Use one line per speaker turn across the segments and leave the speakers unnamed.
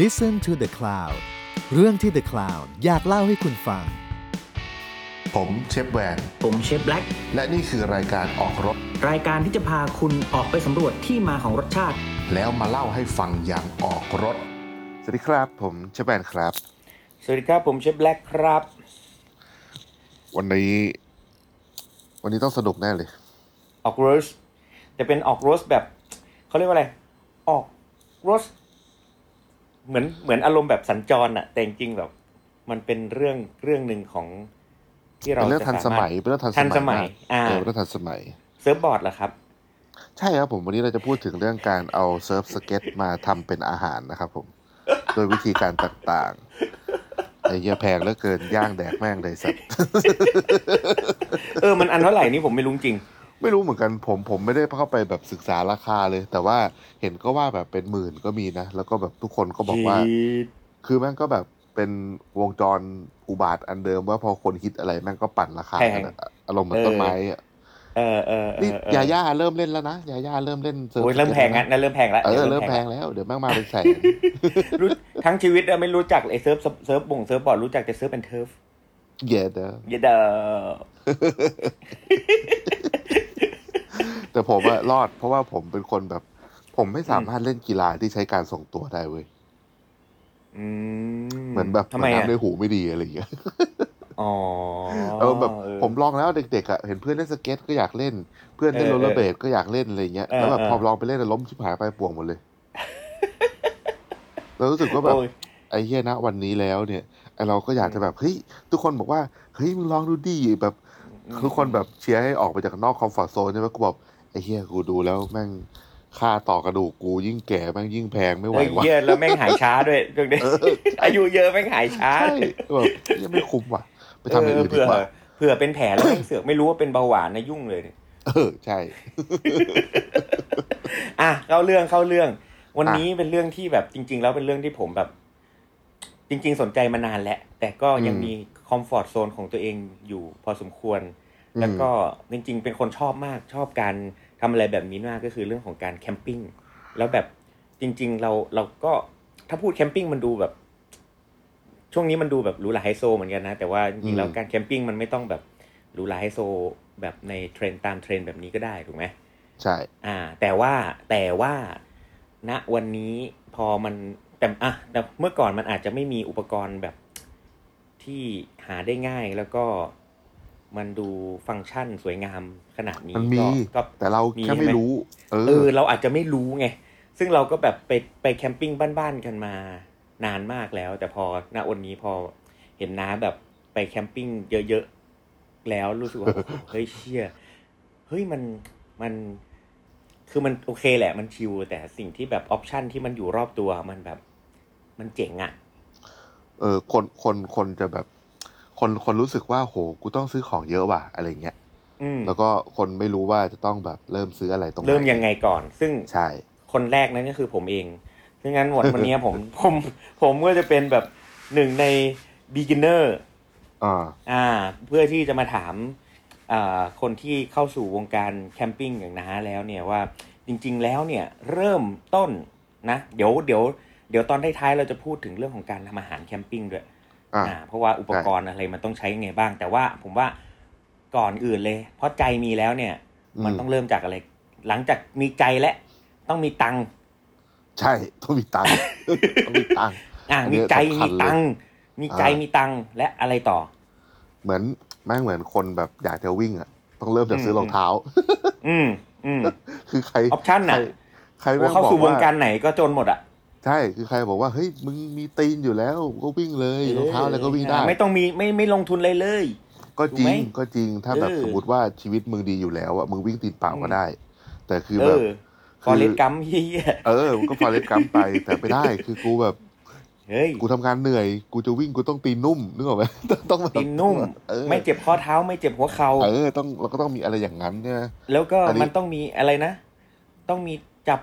Listen to the Cloud เรื่องที่ The Cloud อยากเล่าให้คุณฟัง
ผมเชฟแวน
ผมเชฟแบล็ก
และนี่คือรายการออกรถ
รายการที่จะพาคุณออกไปสำรวจที่มาของรสชาติ
แล้วมาเล่าให้ฟังอย่างออกรถ สวัสดีครับ ผมเชฟแวนครับ
สวัสดีครับ ผมเชฟแบล็กครับ
วันนี้ วันนี้ต้องสนุกแน่เลย
ออกโรสแต่เป็นออกโรสแบบเขาเรียกว่าอะไร ออกโรสเหมือนเหมือนอารมณ์แบบสัญจรอะแต่จริงๆแบบ มันเป็นเรื่องเรื่องหนึ่งของที่เรา
เป็นเรื่องทันสมัย
จะ
เป็นเรื่องทัน
ทันสมัย
มาก
อ่า
เออเป็นเรื่องทันสมัย
เซิร์ฟบอร์ดเหรอครับ
ใช่ครับผมวันนี้เราจะพูดถึงเรื่องการเอาเซิร์ฟสเก็ตมาทำเป็นอาหารนะครับ ผม โดยวิธีการต่างๆไอ้เหี้ยแพงเหลือเกินย่างแดกแม่งเลยสัตว์
เออมันอันเท่าไหร่นี่ผมไม่รู้จริง
ไม่รู้เหมือนกันผมผมไม่ได้เข้าไปแบบศึกษาราคาเลย แต่ว่าเห็นก็ว่าแบบเป็นหมื่นก็มีนะ แล้วก็แบบทุกคนก็บอกว่า คือแม่งก็แบบเป็นวงจรอุบาทอันเดิมว่าพอคนฮิตอะไรแม่งก็ปั่นราคา
แพง
กันอะอารมณ์เหมือนต้นไม้อะ
เออเออเอ
นี่
อเออย
าย่าเริ่มเล่นแล้วนะยาย่าเริ่มเล่นซิฟ
โอ้ยเริ่มแพง
ส
อ่ะ
เก็ต
นั่นเริ่มแพงแล้ว
แล้วเออเริ่มแพงแล้วเดี๋ยวแม่งมาเป็นแสน
รู้ทั้งชีวิตอะไม่รู้จักไอ้เซิร์ฟเซิร์ฟบ่งเซิร์ฟบอร์ดรู้จักแต่เซิร์ฟเป็นเทิร์ฟ
เหี้ยเด้อ
เยเดอ
แต่ผมอะรอด เพราะว่าผมเป็นคนแบบ ผมไม่สามารถเล่นกีฬาที่ใช้การส่งตัวได้เว้ย
อื
เหมือนแบบ
ทำไม
น
อ่ะ
น้ำในหูไม่ดีอะไรอย่างเงี้ย
อ๋อ
เออแบบ
เออ
ผมลองแล้วเด็กๆอ่ะเห็นเพื่อนเล่นสเก็ตก็อยากเล่น เพื่อนเล่น
เอ
โร
อ
ลเลอร์เบลดก็อยากเล่นอะไรเงี้ย
เออ
แล้วแบบ
เออ
พอลองไปเล่นแล้วล้มชิบหายไปป่วงหมดเลย เรารู้สึกว่าแบบ
โอ้ย
ไอ้เหี้ยนะวันนี้แล้วเนี่ยไอ้เราก็อยากจะแบบเฮ้ยทุกคนบอกว่าเฮ้ยมึงลองดูดิแบบทุกคนแบบเชียร์ให้ออกไปจากนอกคอมฟอร์ทโซนใช่ไหมกูบอกไอ้เหี้ยกูดูแล้วแม่งค่าต่อกระดูกกูยิ่งแก่แม่งยิ่งแพงไม่ไหว
เฮ้ยว
ะ
เหี้ยแล้วแม่งหายช้าด้วยเรื่องนี้อายุเยอะแม่งหายช้า
ใช่แบบเหี้ยังไม่คุ้มว่ะ ไปทำอย่างอื่นดี
เผื่อก
ว่า
เผื่อเป็นแผลแล้วแม่งเสือกไม่รู้ว่าเป็นเบาหวานนะยุ่งเลยเนี่ย
เออใช่
อ่ะเข้าเรื่องเข้าเรื่อง วัน
อ่ะ
นี้เป็นเรื่องที่แบบจริง ๆ แล้วเป็นเรื่องที่ผมแบบ จริง ๆ สนใจมานานแล้วแต่ก็ยังมีคอมฟอร์ทโซนของตัวเองอยู่พอสมควร แล้วก็จริงๆ เป็นคนชอบมากชอบการทำอะไรแบบนี้มากก็คือเรื่องของการแคมปิ้งแล้วแบบจริง ๆ เราเราก็ถ้าพูดแคมปิ้งมันดูแบบ ช่วงนี้มันดูแบบหรูหราไฮโซเหมือนกันนะ แต่ว่าจ
อื
ริ
ม
งๆแล้วการแคมปิ้งมันไม่ต้องแบบหรูหราไฮโซแบบในเทรนด์ตามเทรนด์แบบนี้ก็ได้ถูกไหม
ใช่
อ่า แต่ว่าแต่ว่าณวันนี้พอมันแต่อ่ะแต่เมื่อก่อนมันอาจจะไม่มีอุปกรณ์แบบที่หาได้ง่ายแล้วก็มันดูฟังก์ชันสวยงามขนาดนี้
มันมี
ก็ก็
แต่เรามแค่ไม่
ใช่ไหม
รู้ เอ
เออ
อ
เราอาจจะไม่รู้ไง ซึ่งเราก็แบบไปไปแคมปิ้งบ้านๆกันมานานมากแล้ว แต่พอณวันนี้พอเห็นน้าแบบไปแคมปิ้งเยอะๆแล้วรู้สึกว่า โอ้โหเฮ้ยเชี่ยเฮ้ยมันมัน คือมันโอเคแหละมันชิลแต่สิ่งที่แบบออปชันที่มันอยู่รอบตัวมันแบบ มันเจ๋งอะ่ะ
เออ คนคนคนจะแบบ คนคนรู้สึกว่าโหกูต้องซื้อของเยอะว่ะอะไรเงี้ย
อืม
แล้วก็คนไม่รู้ว่าจะต้องแบบเริ่มซื้ออะไรตรงไหน
เริ่มยังไงก่อน ซึ่ง
ใช่
คนแรกนั้นก็คือผมเอง ซึ่งงั้นวันวันเนี้ยผม ผมผมก็จะเป็นแบบหนึ่งใน beginner
อ่า
อ่าเพื่อที่จะมาถามอ่าคนที่เข้าสู่วงการแคมปิ้งอย่างน้าแล้วเนี่ยว่าจริงๆแล้วเนี่ยเริ่มต้นนะเดี๋ยวเดี๋ยวเดี๋ยวตอนท้ายๆเราจะพูดถึงเรื่องของการทำอาหารแคมปิ้งด้วย
อ่า
อ่าเพราะว่าอุปกรณ์อะไรมันต้องใช้ยังไงบ้าง แต่ว่าผมว่าก่อนอื่นเลย เพราะใจมีแล้วเนี่ย มัน
อืม
ต้องเริ่มจากอะไร หลังจากมีใจและต้องมีตังค์
ใช่ต้องมีตังค์ ต้องมีตังค์
อ่ะ
อันนี้
มีใจ
สำ
มี
คัญเลย
ตังค์มีใจ
อ่ามี
มีตังค์และอะไรต่อ
เหมือนแม่งเหมือนคนแบบอยากจะวิ่งอ่ะ ต้องเริ่มจาก
อืม
ซื้อรองเท้า
อืมอืม
คือใคร
option น่ะ
ใครใครแม่
โอ้
ง
เข้า
บอก
สู่วง
ว่า
การไหนก็จนหมดอ่ะ
ใช่คือใครบอกว่าเฮ้ยมึงมีตีนอยู่แล้วก็วิ่งเลยรองเท้าอะไรก็วิ่งได้
ไม่ต้องมีไม่ไม่ลงทุนเลยเลย
ก็จริ
ถูก
ง
ไหม
ก็จริงถ้าแบบ
เออ
สมมติว่าชีวิตมึงดีอยู่แล้วอะมึงวิ่งตีนเปล่าก็ได้ แต่คือ
เอ
แบบ
อ
คือ
ฟอเรสกัมเฮีย
เออมันก็ฟาเรสกัมไป แต่ไม่ได้ คือกูแบบ
เฮ้ย
กูทำงานเหนื่อย กูจะวิ่งกูต้องตีนนุ่มนึกออกไหม ต้องต้องแบบ
ตีนนุ่ม
เออ
ไม่เจ็บข้อเท้าไม่เจ็บหัวเข่า
เออต้องเราก็ต้องมีอะไรอย่างนั้นใช่ไหม
แล้วก็
อันนี้
มันต้องมีอะไรนะ ต้องมีจับ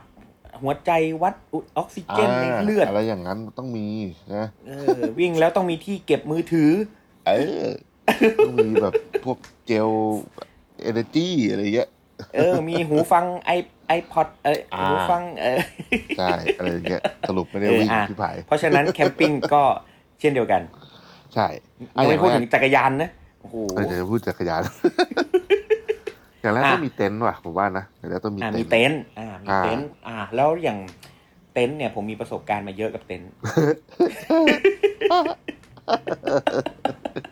หัวใจวัดออกซิเจนา ในเลือด
อะไรอย่างนั้นต้องมีนะ
เออวิ่งแล้วต้องมีที่เก็บมือถือ
เออ ต้องมีแบบพวกเจลเอเนจีอะไรเงี้ย
เออ มีหูฟังไอไอพอดเออ
อ่า
หูฟังเออ
ใช่อะไรอย่างเงี้ยสรุปไม่ได้วิ่ง
เอออ่ะ
พี่ผาย
เพราะฉะนั้นแคมปิ้งก็เช่นเดียวกัน
ใช่อ่ะ
ไม่
อ
ได้
ย่าง
พูด
แรก
ถึงจักรยานนะโอ้โห
เออเดี๋ยวจะพูด จักรยาน อย่างแรก
อ่ะ
ต้องมีเต็นท์ว่ะผมว่านะอย่างแรกต้องมี
อ่า
เต็
มี
นท์
เต็นท์อ่ามี
อ่า
เต็นท์อ่า แล้วอย่างเต็นท์เนี่ยผมมีประสบการณ์มาเยอะกับเต็นท์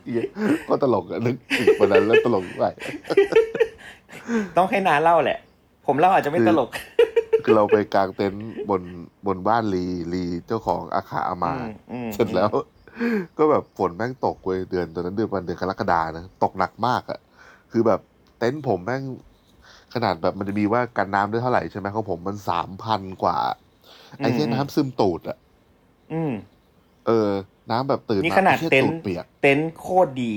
เหี้ย ก็ตลกอะนึกถึงวันนั้นแล้วตลกไป
ต้องให้นาเล่าแหละ ผมเล่าอาจจะไม่
คือ
ตลก
คือเราไปกางเต็นท์บนบนบ้านลีลีเจ้าของอาคาอา
อื
มา
มอืม
เสร็จแล้ว ก็แบบฝนแม่งตกเว้ยเดือนตอนนั้นเดือนวันเดือนกรกฎานะตกหนักมากอะคือแบบเต็นท์ผมแม่งขนาดแบบมันจะมีว่ากันน้ำได้เท่าไหร่ใช่ไหมของผมมันสามพันกว่า ไอ้เช่นน้ำซึมตูดอะ
อืม
เออ น้ำแบบตื่น
นี่
มา
ขนาด
ไอ้หี้ย
เต็นท์
เปียก
เต็นท์โคตรดี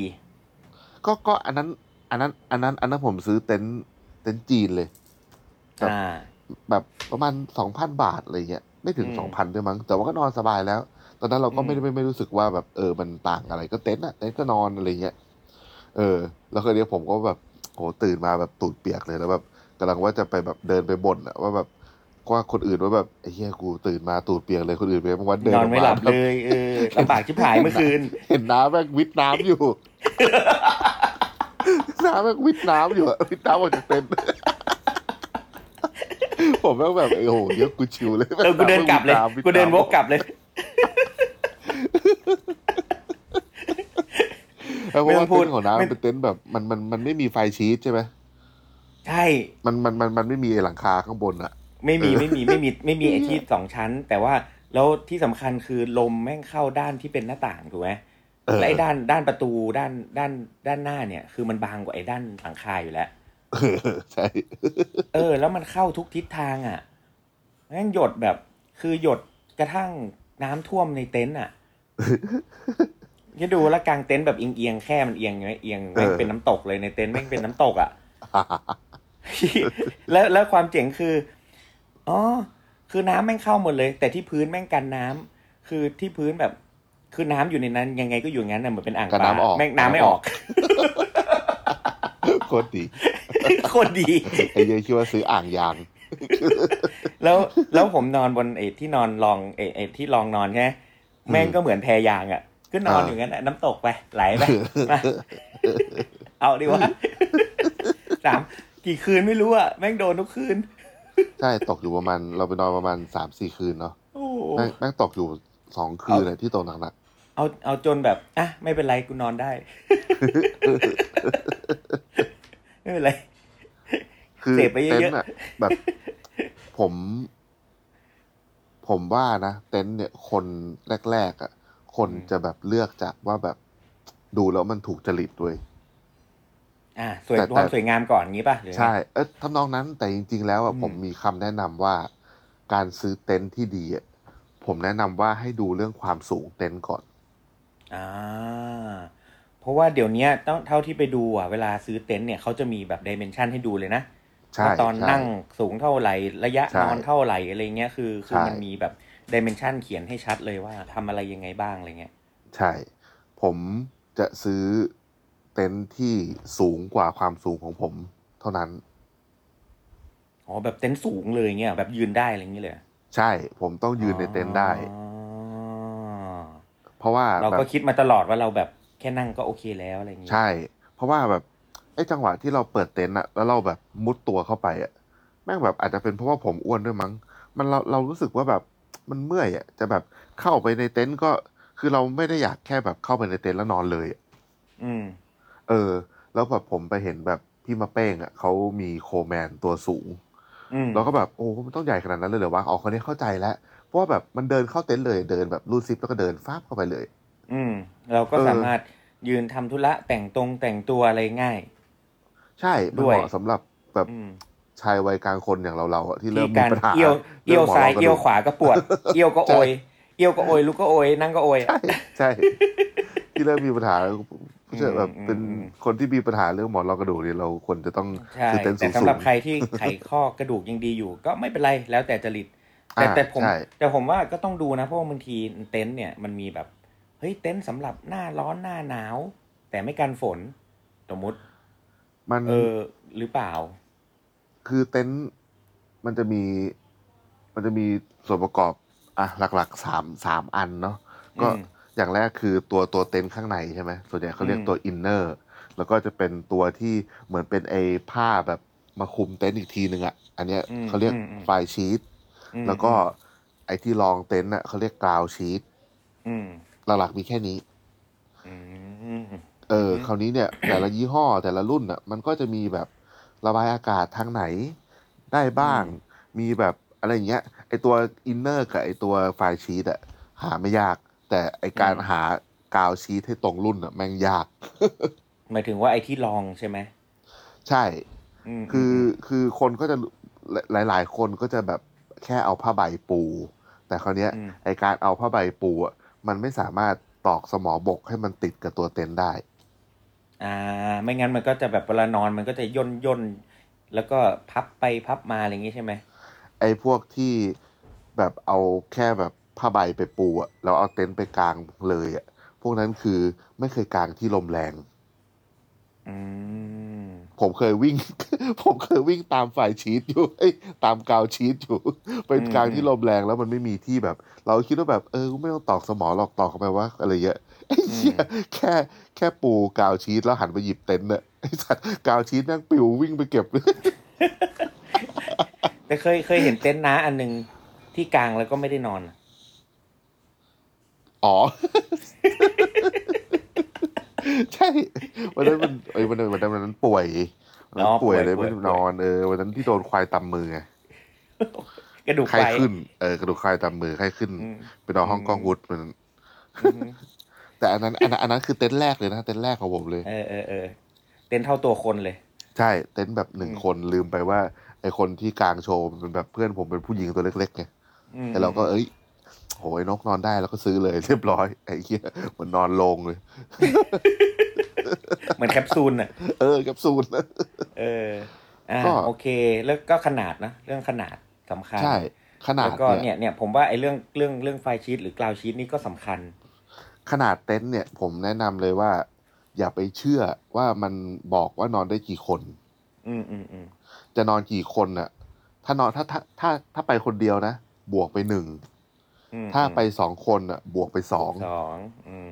ก็ก็อันนั้น อันนั้น อันนั้น อันนั้นผมซื้อเต็นท์เต็นท์จีนเลย ครับ
อ่า
แบบประมาณสองพันบาทอะไรเงี้ยไม่ถึง
อืม
สองพันด้วยมั้งแต่ว่าก็นอนสบายแล้ว ตอนนั้นเราก็ไม่
อืม
ได้ไม่ไม่รู้สึกว่าแบบเออมันต่างอะไรก็เต็นท์อะเต็นท์ก็นอนอะไรเงี้ยเออ แล้วคืนนี้ผมก็แบบโหตื่นมาแบบตูดเปียกเลยแล้วแบบกำลังว่าจะไปแบบเดินไปบ่นอะว่าแบบว่าคนอื่นว่าแบบไอ้เหี้ยกูตื่นมาตูดเปียกเลยคนอื่นไปวันเดิน
นอนไม่หลับ
กา
เลย เออลำบากชิบหาย เมื่อคืน
เห็นน้ำแม่งวิดน้ำ อยู่ น้ำแม่งวิดน้ำอยู่อะวิดน้ำออกจากเต็นท์ ผมแม่งแบบไอ้โหเยอะกูชิวเลย
เออ กูเดินกลับเลย
ำวิำ
กูเดินวกกลับเลย
เออเพราะว่า
ไม่ต้องพูด
เต็นท์ของน้ำ
ไม่
มันเป็นเต็นท์แบบมันมันมันไม่มีไฟชีสใช่ไหม
ใช่
มันมันมันมันไม่มีหลังคาข้างบนอะ
ไม่มีไม่มีไม่มีไม่มีไอที่สองชั้น แต่ว่าแล้วที่สำคัญคือลมแม่งเข้าด้านที่เป็นหน้าต่างถูกไหม
เออ
และไอ้ด้านด้านประตูด้านด้านด้านหน้าเนี่ย คือมันบางกว่าไอ้ด้านหลังคาอยู่แล้ว
เออใช่
เออ แล้วมันเข้าทุกทิศทางอ่ะแม่งหยดแบบคือหยดกระทั่งน้ำท่วมในเต็นท์อ่ะ จะดูแล้วกางเต็นท์แบบเอียงๆแค่มันเอียงไงเอียงแม่งเป็นน้ำตกเลยในเต็นท์แม่งเป็นน้ำตกอ่ะ แล้วแล้วความเจ๋งคือ อ๋อ คือน้ำแม่งเข้าหมดเลย แต่ที่พื้นแม่งกันน้ำคือที่พื้นแบบ คือน้ำอยู่ในนั้น ยังไงก็อยู่งั้นนะเหมือนเป็นอ่าง
กัน
ปลา
น้ำออก
แม่งน้ำไม่ออก
โคตรดี
โคตรดี
ไอ้เหี้ยคิดว่าซื้ออ่างยาง
แล้ว แล้วผมนอนบนไอ้ที่นอนรองไอ้ไอ้ที่รองนอนใช่ไหมแม่งก็เหมือนแพยางอ่ะก็นอน
อ่า
อยู่งั้นอะน้ำตกไปไหลไป มาเอาดีวะ สามกี่คืนไม่รู้อ่ะแม่งโดนทุกคืน
ใช่ตกอยู่ประมาณเราไปนอนประมาณสามสี่คืนเนาะ
โอ้โห
แม่งแม่งตกอยู่สองคืนเลยที่ตกหนัก
เอาเอาจนแบบอ่ะไม่เป็นไรกูนอน ได้ ไม่เป็นไร
ๆคือ
เสพไปเยอะๆ
เต็น ท์อะแบบ ผม ผมว่านะเต็นท์เนี่ย คนแรกๆอะคนจะแบบเลือกจากว่าแบบดูแล้วมันถูกจริตด้วย
อ่ะสวย
แต่
ความ
แต่
สวยงามก่อนงี้ป่ะหรือไง
ใช่ เออทำนองนั้นแต่จริง ๆ แล้วอะ
อืม
ผมมีคำแนะนำว่าการซื้อเต็นท์ที่ดีอะผมแนะนำว่าให้ดูเรื่องความสูงเต็นท์ก่อน
อ่าเพราะว่าเดี๋ยวเนี้ยต้องเท่าที่ไปดูอ่ะเวลาซื้อเต็นท์เนี่ยเขาจะมีแบบดิเมนชันให้ดูเลยนะ
ใช่
ว่าตอน
ใช่
นั่งสูงเท่าไหร่ระยะ
ใช่
นอนเท่าไหร่อะไรเงี้ยคือคือ
ใช่
มันมีแบบดิเมนชันเขียนให้ชัดเลยว่าทำอะไรยังไงบ้างอะไรเงี้ย
ใช่ ผมจะซื้อเต็นท์ที่สูงกว่าความสูงของผม เท่านั้น
อ๋อแบบเต็นท์สูงเลยเงี้ยแบบยืนได้อะไรอย่างเงี้ยเลย
ใช่ ผมต้องยืนในเต็นท์ได้
อ๋อ
เพราะว่า
เรา
แบบ
ก็คิดมาตลอดว่าเราแบบแค่นั่งก็โอเคแล้วอะไรเงี้ย
ใช่ เพราะว่าแบบไอ้จังหวะที่เราเปิดเต็นท์อะแล้วเราแบบมุดตัวเข้าไปอะแม่งแบบอาจจะเป็นเพราะว่าผมอ้วนด้วยมั้ง มันเราเรารู้สึกว่าแบบมันเมื่อยอะจะแบบเข้าไปในเต็นท์ก็คือเราไม่ได้อยากแค่แบบเข้าไปในเต็นท์แล้วนอนเลยอะ
อืม
เออ แล้วแบบผมไปเห็นแบบพี่มาเป้งอะเขามีโคแมนตัวสูง
อืม
เราก็แบบโอ้มันต้องใหญ่ขนาดนั้นเลยเหรอวะอ๋อคนนี้เข้าใจแล้ว เพราะว่าแบบมันเดินเข้าเต็นท์เลยเดินแบบรูดซิปแล้วก็เดินฟาบเข้าไปเลย
อืม เราก็
เออ
สามารถยืนทำธุระแต่งตรงแต่งตัวอะไรง่าย
ใช่มัน
ด้วย
เหมาะสำหรับแบบ
อืม
ชายวัยกลางคนอย่างเราเราๆอะที่เริ่ม
ที่
มี
การ
ปัญหา
เอี้ยวเอี้ยวซ้าย
รื่องหมนรกระดูก
เอี้ยวขวาก็ปว ด เอี้ยวก็โอย เอี้ยวก็โอยลุกก็โอยนั่งก็โอย
ใช่ใช่ ที่เริ่มมีปัญหาผู้ชายแบบ
อืม
เป็น
อืม
คนที่มีปัญหาเรื่องหมอนรองกระดูกเนี่ยเราควรจะต้อง
ใช่
ซื้อเต็นท์สู
แต่
ง
สำ
ๆ
หรับใครที่ไขข้อกระดูกยังดีอยู่ ก็ไม่เป็นไรแล้วแต่จริตแต่
อ่า
แต่ผม
ใช่
แต่ผมว่าก็ต้องดูนะเพราะว่าบางทีเต็นท์เนี่ยมันมีแบบเฮ้ยเต็นท์สำหรับหน้าร้อนหน้าหนาว แต่ไม่กันฝนสมมติ
มัน
เออหรือเปล่า
คือเต็นท์มันจะมีมันจะมีส่วนประกอบอ่ะหลักๆสามสามอันเนาะก็
อืม
อย่างแรกคือตัวตัวเต็นท์ข้างในใช่ไหมส่วนใหญ่เขาเรียก
อืม
ตัวอินเนอร์แล้วก็จะเป็นตัวที่เหมือนเป็นไอผ้าแบบมาคลุมเต็นท์อีกทีหนึ่งอ่ะอันเนี้ย
อืม
เขาเรียก
อืมอืม
ไฟชีต
อืม
แล้วก็ไอที่รองเต็นท์อ่ะเขาเรียกกราวชีต
อืม
หลักๆมีแค่นี้
อืม
เอ
อื
อ
อฮึ
คราวนี้ เนี่ย แต่ละยี่ห้อแต่ละรุ่นอ่ะ มันก็จะมีแบบระบายอากาศทางไหนได้บ้าง มีแบบอะไรอย่างเงี้ยไอตัวอินเนอร์กับไอตัวไฟล์ชีตอ่ะหาไม่ยาก แต่ไอการหากาวชีตให้ตรงรุ่นอ่ะแม่งยาก
หมายถึงว่าไอ้ที่ลองใช่ไหม
ใช่
ม
คือ
ม
คือคนก็จะหลายหลาย ๆ คนก็จะแบบแค่เอาผ้าใบปู แต่คราวเนี้ย
อืม
ไอการเอาผ้าใบปูอ่ะมันไม่สามารถตอกสมอบกให้มันติดกับตัวเต็นท์ได้
อ่า ไม่งั้นมันก็จะแบบเวลานอนมันก็จะย่นย่นแล้วก็พับไปพับมาอะไรอย่างงี้ใช่ไหม
ไอ้พวกที่แบบเอาแค่แบบผ้าใบไปปูอะแล้วเอาเต็นท์ไปกางเลยอะพวกนั้นคือไม่เคยกางที่ลมแรง
อืม
ผมเคยวิ่ง ผมเคยวิ่งตามฝ่ายชีตอยู่เอ้ยตามกาวชีตอยู่ ไป
อืม
กลางที่ลมแรงแล้วมันไม่มีที่แบบ เราคิดว่าแบบเออกูไม่ต้องตอกสมอหรอกตอกเข้าไปว่าอะไรเยอะไอ้เหี้ยแค่แค่ปูกาวชีตแล้วหันไปหยิบเต็นท์อะ ไอ้สัตว์กาวชีตนั่งปิววิ่งไปเก็บ
แต่เคยเคยเห็นเต็นท์น้าอันหนึงที่กลางแล้วก็ไม่ได้นอน
อ๋ อ ใช่ วันนั้นมันเอ้ยวันนั้นวันนั้นวันนั้นป่วยวันนั้น
อ๋อป่
ป่ว
วยย
เลย
ป่ว
ไม่
ย
ได้
ป่วย
นอนเออวันนั้นที่โดนควายตำมือไง
กระดูก
ไข้
ไฟ
ขึ้นเออกระดูกควายตำมือไข้ขึ้น
อืม
ไปนอนห้องกล้องวุฒิมัน
อือฮึ
แต่อันนั้นอันนั้นอันนั้นคือเต็นท์แรกเลยนะเต็นท์แรกของผมเลย
เออเออเออเต็นท์เท่าตัวคนเลย
ใช่เต็นท์แบบหนึ่งคนลืมไปว่า ไอคนที่กลางโชว์มันเป็นแบบเพื่อนผมเป็นผู้หญิงตัวเล็กๆไง
อืม
แต่เราก็เอ้ยโหยนกนอนได้แล้วก็ซื้อเลย เรียบร้อยไอ้เหี้ยเหมือนนอนลงเลย
เหมือนแคปซูลอ่ะ
เออแคปซูล
เออ อ่า
ก็
โอเค แล้วก็ขนาดนะ เรื่องขนาดสำคัญ
ใช่ ขนาด
แล้วก็
ย
เนี่ยเนี่ยผมว่าไอ้เรื่องเรื่องเรื่องไฟล์ชีตหรือกราวชีตนี่ก็สำคัญ
ขนาดเต็นท์เนี่ยผมแนะนำเลยว่า อย่าไปเชื่อว่ามันบอกว่านอนได้กี่คน
อืมอืมอืม
จะนอนกี่คนน่ะ ถ้านอนถ้าถ้าถ้าถ้าไปคนเดียวนะ บวกไปหนึ่ง
อืม
ถ้าไปสองคนน่ะ บวกไปสอง
สองอืม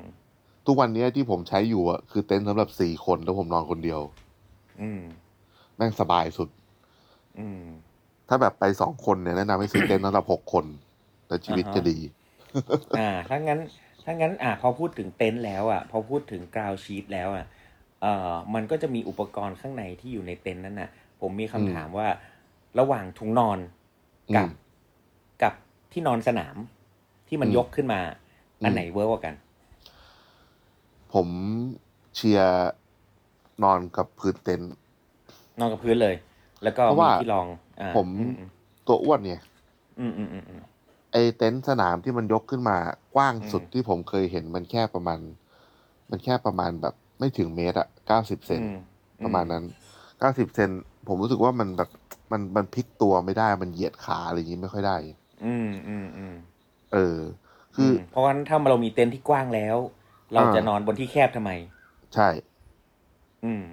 ทุกวันเนี้ยที่ผมใช้อยู่อ่ะคือเต็นท์สำหรับสี่คนแล้วผมนอนคนเดียว
อืม
แม่งสบายสุด
อืม
ถ้าแบบไปสองคนเนี่ยแนะนำให้ซื้อเต็นท์สำหรับหกคนแล้วชีวิตจะดี
อ่า ถ้างั้น ถ้างั้น อ่า พอพูดถึงเต็นท์แล้วอ่ะ พอพูดถึงกราวชีตแล้วอ่ะ เอ่อ มันก็จะมีอุปกรณ์ข้างในที่อยู่ในเต็นท์นั่นน่ะ ผมมีคำถามว่า ระหว่างถุงนอนกับ
อืม
กับที่นอนสนาม ที่มัน
อืม
ยกขึ้นมา อั
อื
น
ม
ไหนเวิร์กกว่ากัน
ผมเชียร์นอนกับพื้นเต็นท์
นอนกับพื้นเลย แล้วก็
เพราะ
มี
ว่า
ที่รองอ่า
ผม ตัวอ้วนเนี่ย
อืมอืมอืมอืม
ไอเต็นท์สนามที่มันยกขึ้นมากว้างสุด
อืม
ที่ผมเคยเห็นมันแค่ประมาณ มันแค่ประมาณแบบไม่ถึงเมตรอะเก้าสิบเซ
อื
น
ม
ประมาณนั้นเก้าสิบเซนผมรู้สึกว่ามันแบบมันมันพลิกตัวไม่ได้มันเหยียดขาอะไรอย่างนี้ไม่ค่อยได้
อืมอืมอืม
เออ คืออ
มเพราะงั้นถ้าเรามีเต็นท์ที่กว้างแล้ว เรา
อ่า
จะนอนบนที่แคบทำไม
ใช่
อืม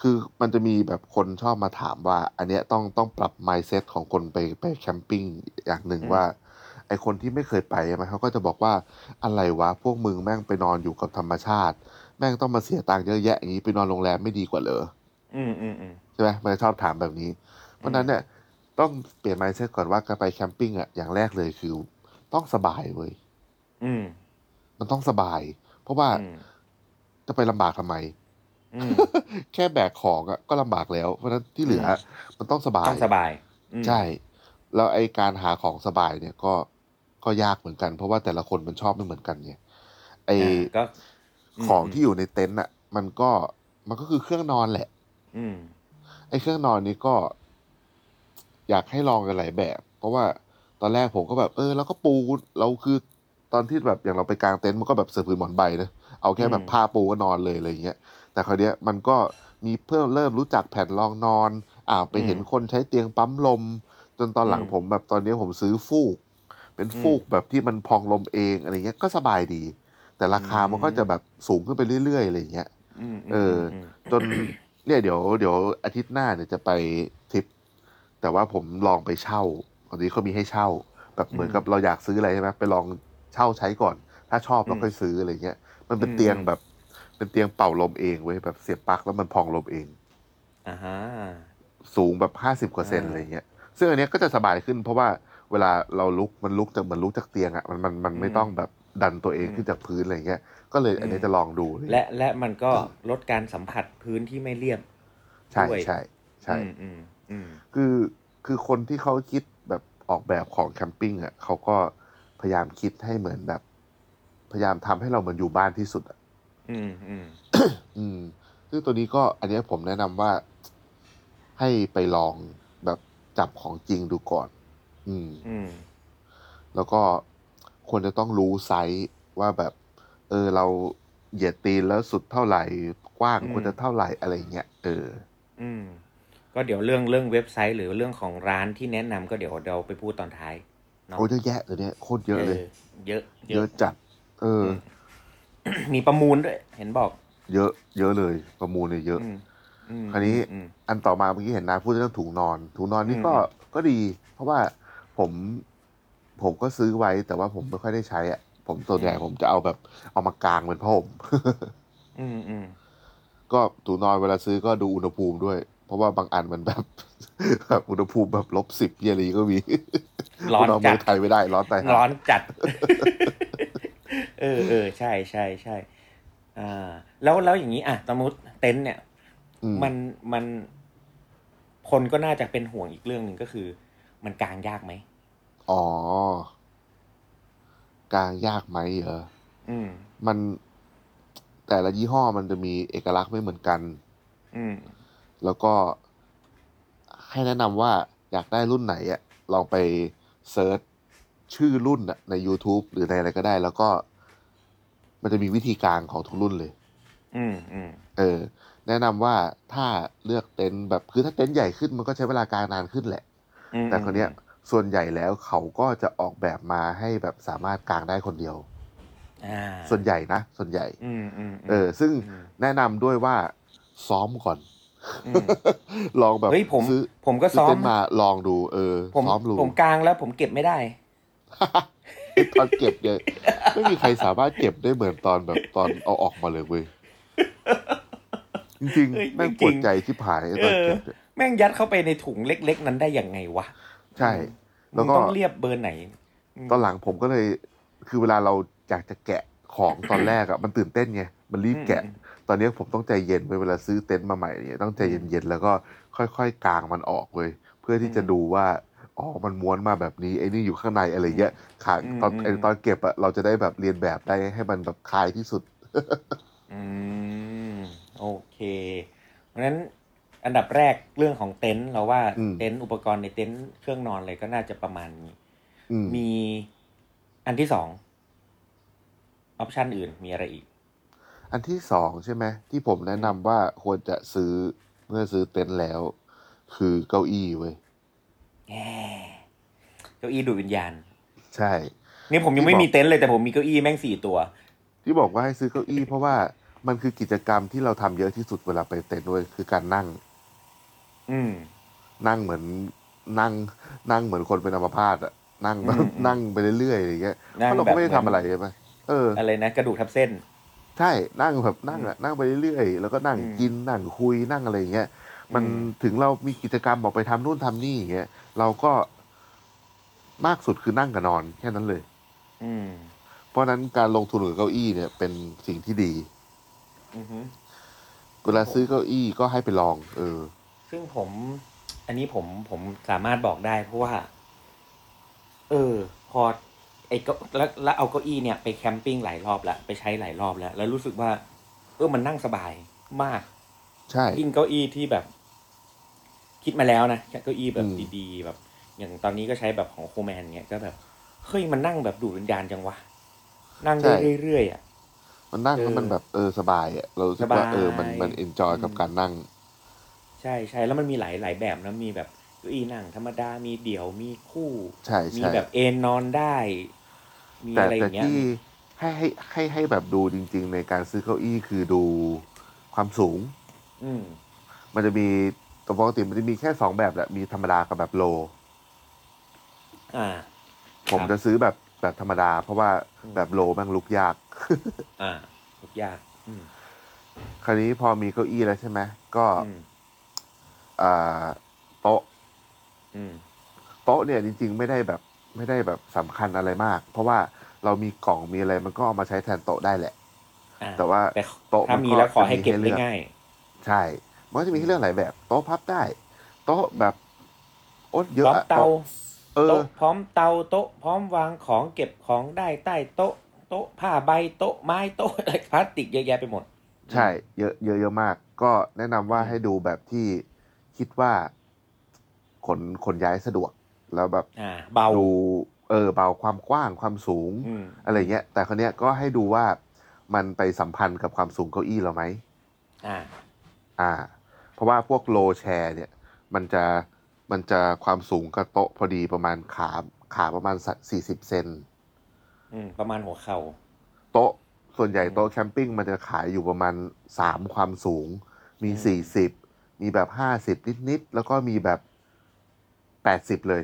คือมันจะมีแบบคนชอบมาถามว่า อันเนี้ยต้องต้องปรับ mindset ของคนไปไปแคมปิ้งอย่างหนึ่ง
อืม
ว่า ไอคนที่ไม่เคยไปใช่ไหมเขาก็จะบอกว่าอะไรวะ พวกมึงแม่งไปนอนอยู่กับธรรมชาติ แม่งต้องมาเสียตังค์เยอะแยะอย่างนี้ไปนอนโรงแรมไม่ดีกว่าเหรอ
อืมอืมอืม
ใช่ไหมมันจะชอบถามแบบนี้ เพราะฉะนั้นเนี่ยต้องเปลี่ยน mindset ก่อนว่าการไปแคมปิ้งอ่ะอย่างแรกเลยคือ ต้องสบายเว้ย
อืม
มันต้องสบาย เพราะว่า
อืม
จะไปลำบากทำไม
อืม
แค่แบกของอ่ะก็ลำบากแล้ว เพราะฉะนั้นที่เหลืออมันต้องสบาย
ต้องสบายอืม
ใช่ แล้วไอการหาของสบายเนี่ยก็ก็ยากเหมือนกัน เพราะว่าแต่ละคนมันชอบไม่เหมือนกันไงไอ
อ่าก็
ของ
อืม
ที่อยู่ในเต็นท์อ่ะ มันก็มันก็คือเครื่องนอนแหละ
อืม
ไอเครื่องนอนนี้ก็ อยากให้ลองกันหลายแบบ เพราะว่าตอนแรกผมก็แบบ เออ แล้วก็ปูเราคือตอนที่แบบอย่างเราไปกลางเต็นท์มันก็แบบเสือผืนหมอนใบนะเอาแค่แบบ
อืม
ผ้าปูก็นอนเลยอะไรอย่างเงี้ยแต่คราวเนี้ยมันก็มีเพิ่มเริ่มรู้จักแผ่นรองนอน อ่าไปเห็นคนใช้เตียงปั๊มลม จนตอนหลังผมแบบตอนนี้ผมซื้อฟูก เป็นฟูกแบบที่มันพองลมเองอะไรเงี้ยก็สบายดี แต่ราคามันก็จะแบบสูงขึ้นไปเรื่อยๆอะไรอย่างเงี้ย
อืม
เออ
มม
จน เนี่ยเดี๋ยวเดี๋ยวอาทิตย์หน้าเนี่ยจะไปทริป แต่ว่าผมลองไปเช่าตอนนี้เขามีให้เช่า แบบเหมือนกับเราอยากซื้ออะไรใช่ไหมไปลองเช่าใช้ก่อน ถ้าชอบเราค่อยซื้ออะไรเงี้ยมันเป็น
อืม
เตียงแบบ เป็นเตียงเป่าลมเองเว้ยแบบเสียบปลั๊กแล้วมันพองลมเอง
อ่าฮะ
สูงแบบห้าสิบกว่าเซน
อ่า
อะไรเงี้ย ซึ่งอันเนี้ยก็จะสบายขึ้น เพราะว่าเวลาเราลุกมันลุกจากเหมือนลุกจากเตียงอะ่ะมันมันมันไม่
อืม
ต้องแบบดันตัวเอง
อืม
ขึ้นจากพื้นอะไรเงี้ย ก็เลยอันเนี้ย
อืม
จะลองดู
และและมันก็ลดการสัมผัสพื้นที่ไม่เรียบ
ใช่
ด้วย
ใช่ใช่
อืมอืมอืม
คือคือคนที่เขาคิดแบบออกแบบของแคมปิ้งอ่ะเขาก็พยายามคิดให้เหมือนแบบ พยายามทำให้เราเหมือนอยู่บ้านที่สุดอะ
อืมอืม
อืมซึ่งตัวนี้ก็อันเนี้ยผมแนะนำว่าให้ไปลองแบบจับของจริงดูก่อน อืม
อืม
แล้วก็ควรจะต้องรู้ไซส์ว่าแบบ เออเราเหยียดตีนแล้วสุดเท่าไหร่ กว้าง
อืม
ควรจะเท่าไหร่อะไรเงี้ยเออ
อืม ก็เดี๋ยวเรื่องเรื่องเว็บไซต์หรือเรื่องของร้านที่แนะนำก็เดี๋ยวเราไปพูดตอนท้ายเนาะ
โอ้เยอะแยะเลยเนี่ยโคตรเยอะเลย
เยอะ
เยอะจัด เออ
อืม มีประมูลด้วย เห็นบอก
เยอะ เยอะเลยประมูลเนี่ยเยอะ
อืมอืม
คราวนี้
อืม
อันต่อมาเมื่อกี้เห็นนาพูดเรื่องถุงนอน ถุงนอนนี่ก็
อืม
ก็ดี เพราะว่าผมผมก็ซื้อไว้ แต่ว่าผมไม่ค่อยได้ใช้อะผมส่วนใหญ่ผมจะเอาแบบเอามากางเป็นผ้าห่ม
อืมอืม
ก็ถุงนอนเวลาซื้อก็ดูอุณหภูมิด้วย เพราะว่าบางอันมันแบบ แบบอุณหภูมิแบบลบสิบเยลีก็มี
ร้อน
เาเมื
จั
อ
ด
งไทยไม่ได้ร้อนตายห่า
ร้อน จัด เออเออใช่ใช่ใช่อ่า แล้วแล้วอย่างนี้อ่ะสมมติเต็นท์เนี่ย
อืม
มันมันคนก็น่าจะเป็นห่วงอีกเรื่องหนึ่งก็คือ มันกางยากไหม
อ๋อ กางยากไหมเหรอ
อืม
มันแต่ละยี่ห้อมันจะมีเอกลักษณ์ไม่เหมือนกัน
อืม
แล้วก็ให้แนะนำว่าอยากได้รุ่นไหนอะลองไปเซิร์ชชื่อรุ่นอะใน YouTube หรือในอะไรก็ได้ แล้วก็ มันจะมีวิธีการของทุกรุ่นเลย
อืมอืม
เออ แนะนำว่าถ้าเลือกเต็นท์แบบคือถ้าเต็นท์ใหญ่ขึ้นมันก็ใช้เวลากลางนานขึ้นแหละ
อืม
แต่คนเนี้ยส่วนใหญ่แล้วเขาก็จะออกแบบมาให้แบบสามารถกางได้คนเดียว
อ่า
ส่วนใหญ่นะ ส่วนใหญ่
อืมอืมม
เออ ซึ่ง
ม
แนะนำด้วยว่าซ้อมก่อน
อืม
ลองแบบ
เฮ้ยผม
ซื้อ
ผมก็ซ้อ
เต้
ม
นมาลองดูเออ
ผม
ซ้อมดู
ผมกลางแล้วผมเก็บไม่ได้
ตอนเก็บเนี่ยไม่มีใครสามารถเก็บได้เหมือนตอนแบบตอนเอาออกมาเลย เว้ยจริง
เอ้ย
ๆแม่ง
จริงๆ
ปวดใจที่ผายไอ้ตอนเก็บเนี่ย
แม่งยัดเข้าไปในถุงเล็ก ๆ นั้นได้ยังไงวะ
ใช่ แล้ว
มึง
ก็
ต้องเรียบเบอร์ไหน
ตอนหลังผมก็เลย คือเวลาเราอยากจะแกะของ ตอนแรกอะมันตื่นเต้นไงมันรีบแกะ
อืม
ตอนนี้ผมต้องใจเย็นเว้ยเวลาซื้อเต็นท์มาใหม่เนี่ยต้องใจเย็นๆแล้วก็ค่อยๆกางมันออกเว้ยเพื่อที่จะ
อืม
ดูว่าอ๋อมันม้วนมาแบบนี้ไอ้นี่อยู่ข้างในอะไรเงี้ยขา
อืม
ตอนไอ้
อืม
ตอนเก็บอะเราจะได้แบบเรียนแบบได้ให้มันแบบคลายที่สุด
อืมโอเค เพราะฉะนั้นอันดับแรกเรื่องของเต็นท์เราว่า
อืม
เต็นท์อุปกรณ์ในเต็นท์เครื่องนอนอะไรก็น่าจะประมาณนี้
อืม
มีอันที่สองออปชันอื่นมีอะไรอีก
อันที่สองใช่ไหมที่ผมแนะนำว่าควรจะซื้อเมื่อซื้อเต็นท์แล้ว คือเก้าอี้เว้ย
แหมเก้าอี้ดูดวิญญาณ
ใช่
นี่ผมยังไม่มีเต็นท์เลยแต่ผมมีเก้าอี้แม่งสี่ตัว
ที่บอกว่าให้ซื้อเก้าอี้เพราะว่ามันคือกิจกรรมที่เราทำเยอะที่สุดเวลาไปเต็นท์เว้ยคือการนั่ง
อืม
นั่งเหมือนนั่งนั่งเหมือนคนเป็นอัมพาตอะนั่งแบบ
อืมอืม
นั่งไปเรื่อยๆอย่างเงี้ย
นั่ง
เพราะเรา
แบบ
ก็ไม่ได้
เหมือน
ทำอะไรใช่ไหมเออ
อะไรนะ กระดูกทับเส้น
ใช่นั่งแบบนั่งอะนั่งไปเรื่อยๆแล้วก็นั่ง
อืม
กินนั่งคุยนั่งอะไรอย่างเงี้ยมัน
อืม
ถึงเรามีกิจกรรมออกไปทำนู่นทำนี่อย่างเงี้ยเราก็มากสุดคือนั่งกับนอนแค่นั้นเลย
อืม
เพราะฉะนั้นการลงทุนกับเก้าอี้เนี่ยเป็นสิ่งที่ดี
อือฮึ
เวลาซื้อเก้าอี้ก็ให้ไปลอง เออ
ซึ่งผม อันนี้ผมผมสามารถบอกได้เพราะว่า เออ พอไอ้เก็แล้วแล้วเอาเก้าอี้เนี่ยไปแคมปิ้งหลายรอบละไปใช้หลายรอบแล้ว แล้วรู้สึกว่า เออมันนั่งสบายมาก
ใช่
ยิ่งเก้าอี้ที่แบบ คิดมาแล้วนะเก้าอี้แบบ
อืม
ดีๆแบบ อย่างตอนนี้ก็ใช้แบบของโคแมนเนี่ยก็แบบเฮ้ยมันนั่งแบบดูดวิญญาณจังวะนั่งได้เรื่อยๆอ่ะ
มันนั่ง
เอ
แล้ว
อ
มันแบบเออสบายอะเรารู้สึกว่าเออมันมัน
สบาย
เอนจอยกับ
อืม
การนั่ง
ใช่ใช่แล้วมันมีหลายหลายแบบนะมีแบบเก้าอี้นั่งธรรมดามีเดี่ยวมีคู่
ใช่
มี
ใช่
แบบเอนนอนได้ มี
แต่
อะไรอ
แต่
ย่างเงี้ย
ที่ให้ให้ให้ให้แบบดูจริง ๆ ในการซื้อเก้าอี้คือดูความสูง
อืม
มันจะมี แต่ปกติมันจะมีแค่สองแบบแหละมีธรรมดากับแบบโล
อ่า
ผม
ครับ
จะซื้อแบบแบบธรรมดา เพราะว่าแบบโลแม่งลุกยาก
อ่าทุกยากอืม
คราวนี้พอมีเก้าอี้แล้วใช่ไหมก็
อืม
อ่าโต๊ะ
อืม
โต๊ะเนี่ยจริง ๆ ไม่ได้แบบไม่ได้แบบสำคัญอะไรมาก เพราะว่าเรามีกล่องมีอะไรมันก็เอามาใช้แทนโต๊ะได้แหละ
อ่า
แต่ว่า
แต่
โต๊ะ
ถ้ามีแล้วขอให้เก็บ
จะมี
ได้
ลือ
ง่าย
ใช่มันก็จะมีให้เรื่องหลายแบบ โต๊ะพับได้ โต๊ะแบบโอ๊ตเย
พร้
อะ
อม
อะ
เตา
โต๊ะเออ
โต๊ะพร้อมเตาโต๊ะ พร้อมวางของเก็บของได้ใต้โต๊ะ โต๊ะผ้าใบโต๊ะไม้โต๊ะ อะไรพลาสติกเยอะแยะไปหมด
ใช่ เยอะเยอะเยอะมาก ก็แนะนำว่าให้ดูแบบที่คิดว่าขนขนย้ายสะดวก แล้วแบบ
อ่า เบา
ดูเออเบาความกว้างความสูง
อืม
อะไรเงี้ย แต่คราวเนี้ยก็ให้ดูว่ามันไปสัมพันธ์กับความสูงเก้าอี้เราไหม
อ่า
อ่า เพราะว่าพวกโลแชร์เนี่ย มันจะมันจะความสูงกับโต๊ะพอดีประมาณขาขาประมาณสี่สิบเซน
อืม ประมาณหัวเข่า
โต๊ะส่วนใหญ่โต๊ะแคมปิ้งมันจะขายอยู่ประมาณสามความสูง มี
อืม
สี่สิบมีแบบห้าสิบนิดๆแล้วก็มีแบบแปดสิบเลย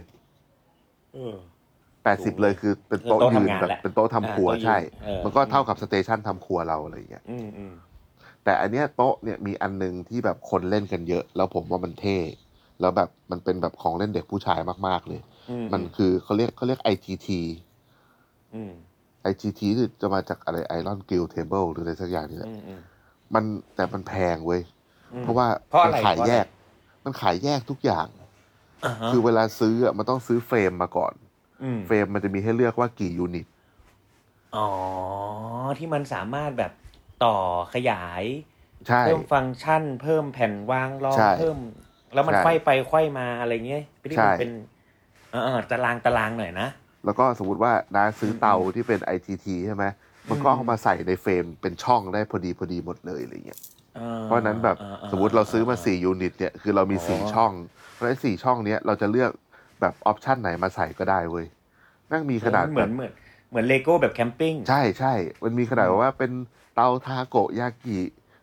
เออ
แปด
สู
สิบ
ง
เล
เลย ย
คือเป็นโต๊ะ
คือโต๊ะ
ยืน
ทำงาน
แบบ
แหละ
เป็นโต๊ะทำครัว
อ่าโต๊ะยืน
ใช่
เออ
มันก็เท่ากับสเตชันทำครัวเราอะไรอย่างเงี้ย
อืมอืม
แต่อันเนี้ยโต๊ะเนี่ยมีอันหนึงที่แบบคนเล่นกันเยอะ แล้วผมว่ามันเท่ แล้วแบบมันเป็นแบบของเล่นเด็กผู้ชายมากๆเลย
อืม
มันคือเขาเรียกเขาเรียก IGT
อืม
IGT คือจะมาจากอะไร Iron Grill Table หรืออะไรสักอย่างนี่แหละ
อืมอืม
มันแต่มันแพงเว้ย
อืม
เพราะว่า
เพราะ
มั
อะไร
ขาย
เพราะ
แย
อะไร
ก มันขายแยกทุกอย่าง
อ่าฮะ
คือเวลาซื้ออะมันต้องซื้อเฟรมมาก่อน
ม
เฟรมมันจะมีให้เลือกว่ากี่ยูนิต
อ๋อ ที่มันสามารถแบบต่อขยาย
ใช่
เพิ่มฟังก์ชัน เพิ่มแผ่นวางรอง
ใช่
เพิ่ม แล้วมัน
ใช่
ไขว้ไปไขว้มาอะไรเงี้ยที่มัน
ใช่
เป็นเออเออตารางตารางหน่อยนะ
แล้วก็สมมติว่าน้าซื้อเตาที่เป็น IGT ใช่ไหมมันก็
อืม
เอามาใส่ในเฟรมเป็นช่องได้พอดีพอดีหมดเลยอะไรเงี้ย
อ
เพราะฉะนั้นแบบ
อ่
สมมติเราซื้อมา
อ่
4ยูนิตเนี่ยคือเรามี
อ๋อ
สี่ช่อง เพราะฉะนั้นสี่ช่องเนี้ยเราจะเลือกแบบออปชันไหนมาใส่ก็ได้เว้ยแม่งมีขนาด
เห
แบ
มือบนเหมือนเหมือนเลโก้แบบแคมปิ้ง
ใช่ใช่ มันมีขนาด
อืม
แบบว่าเป็นเตาทาโกยากิ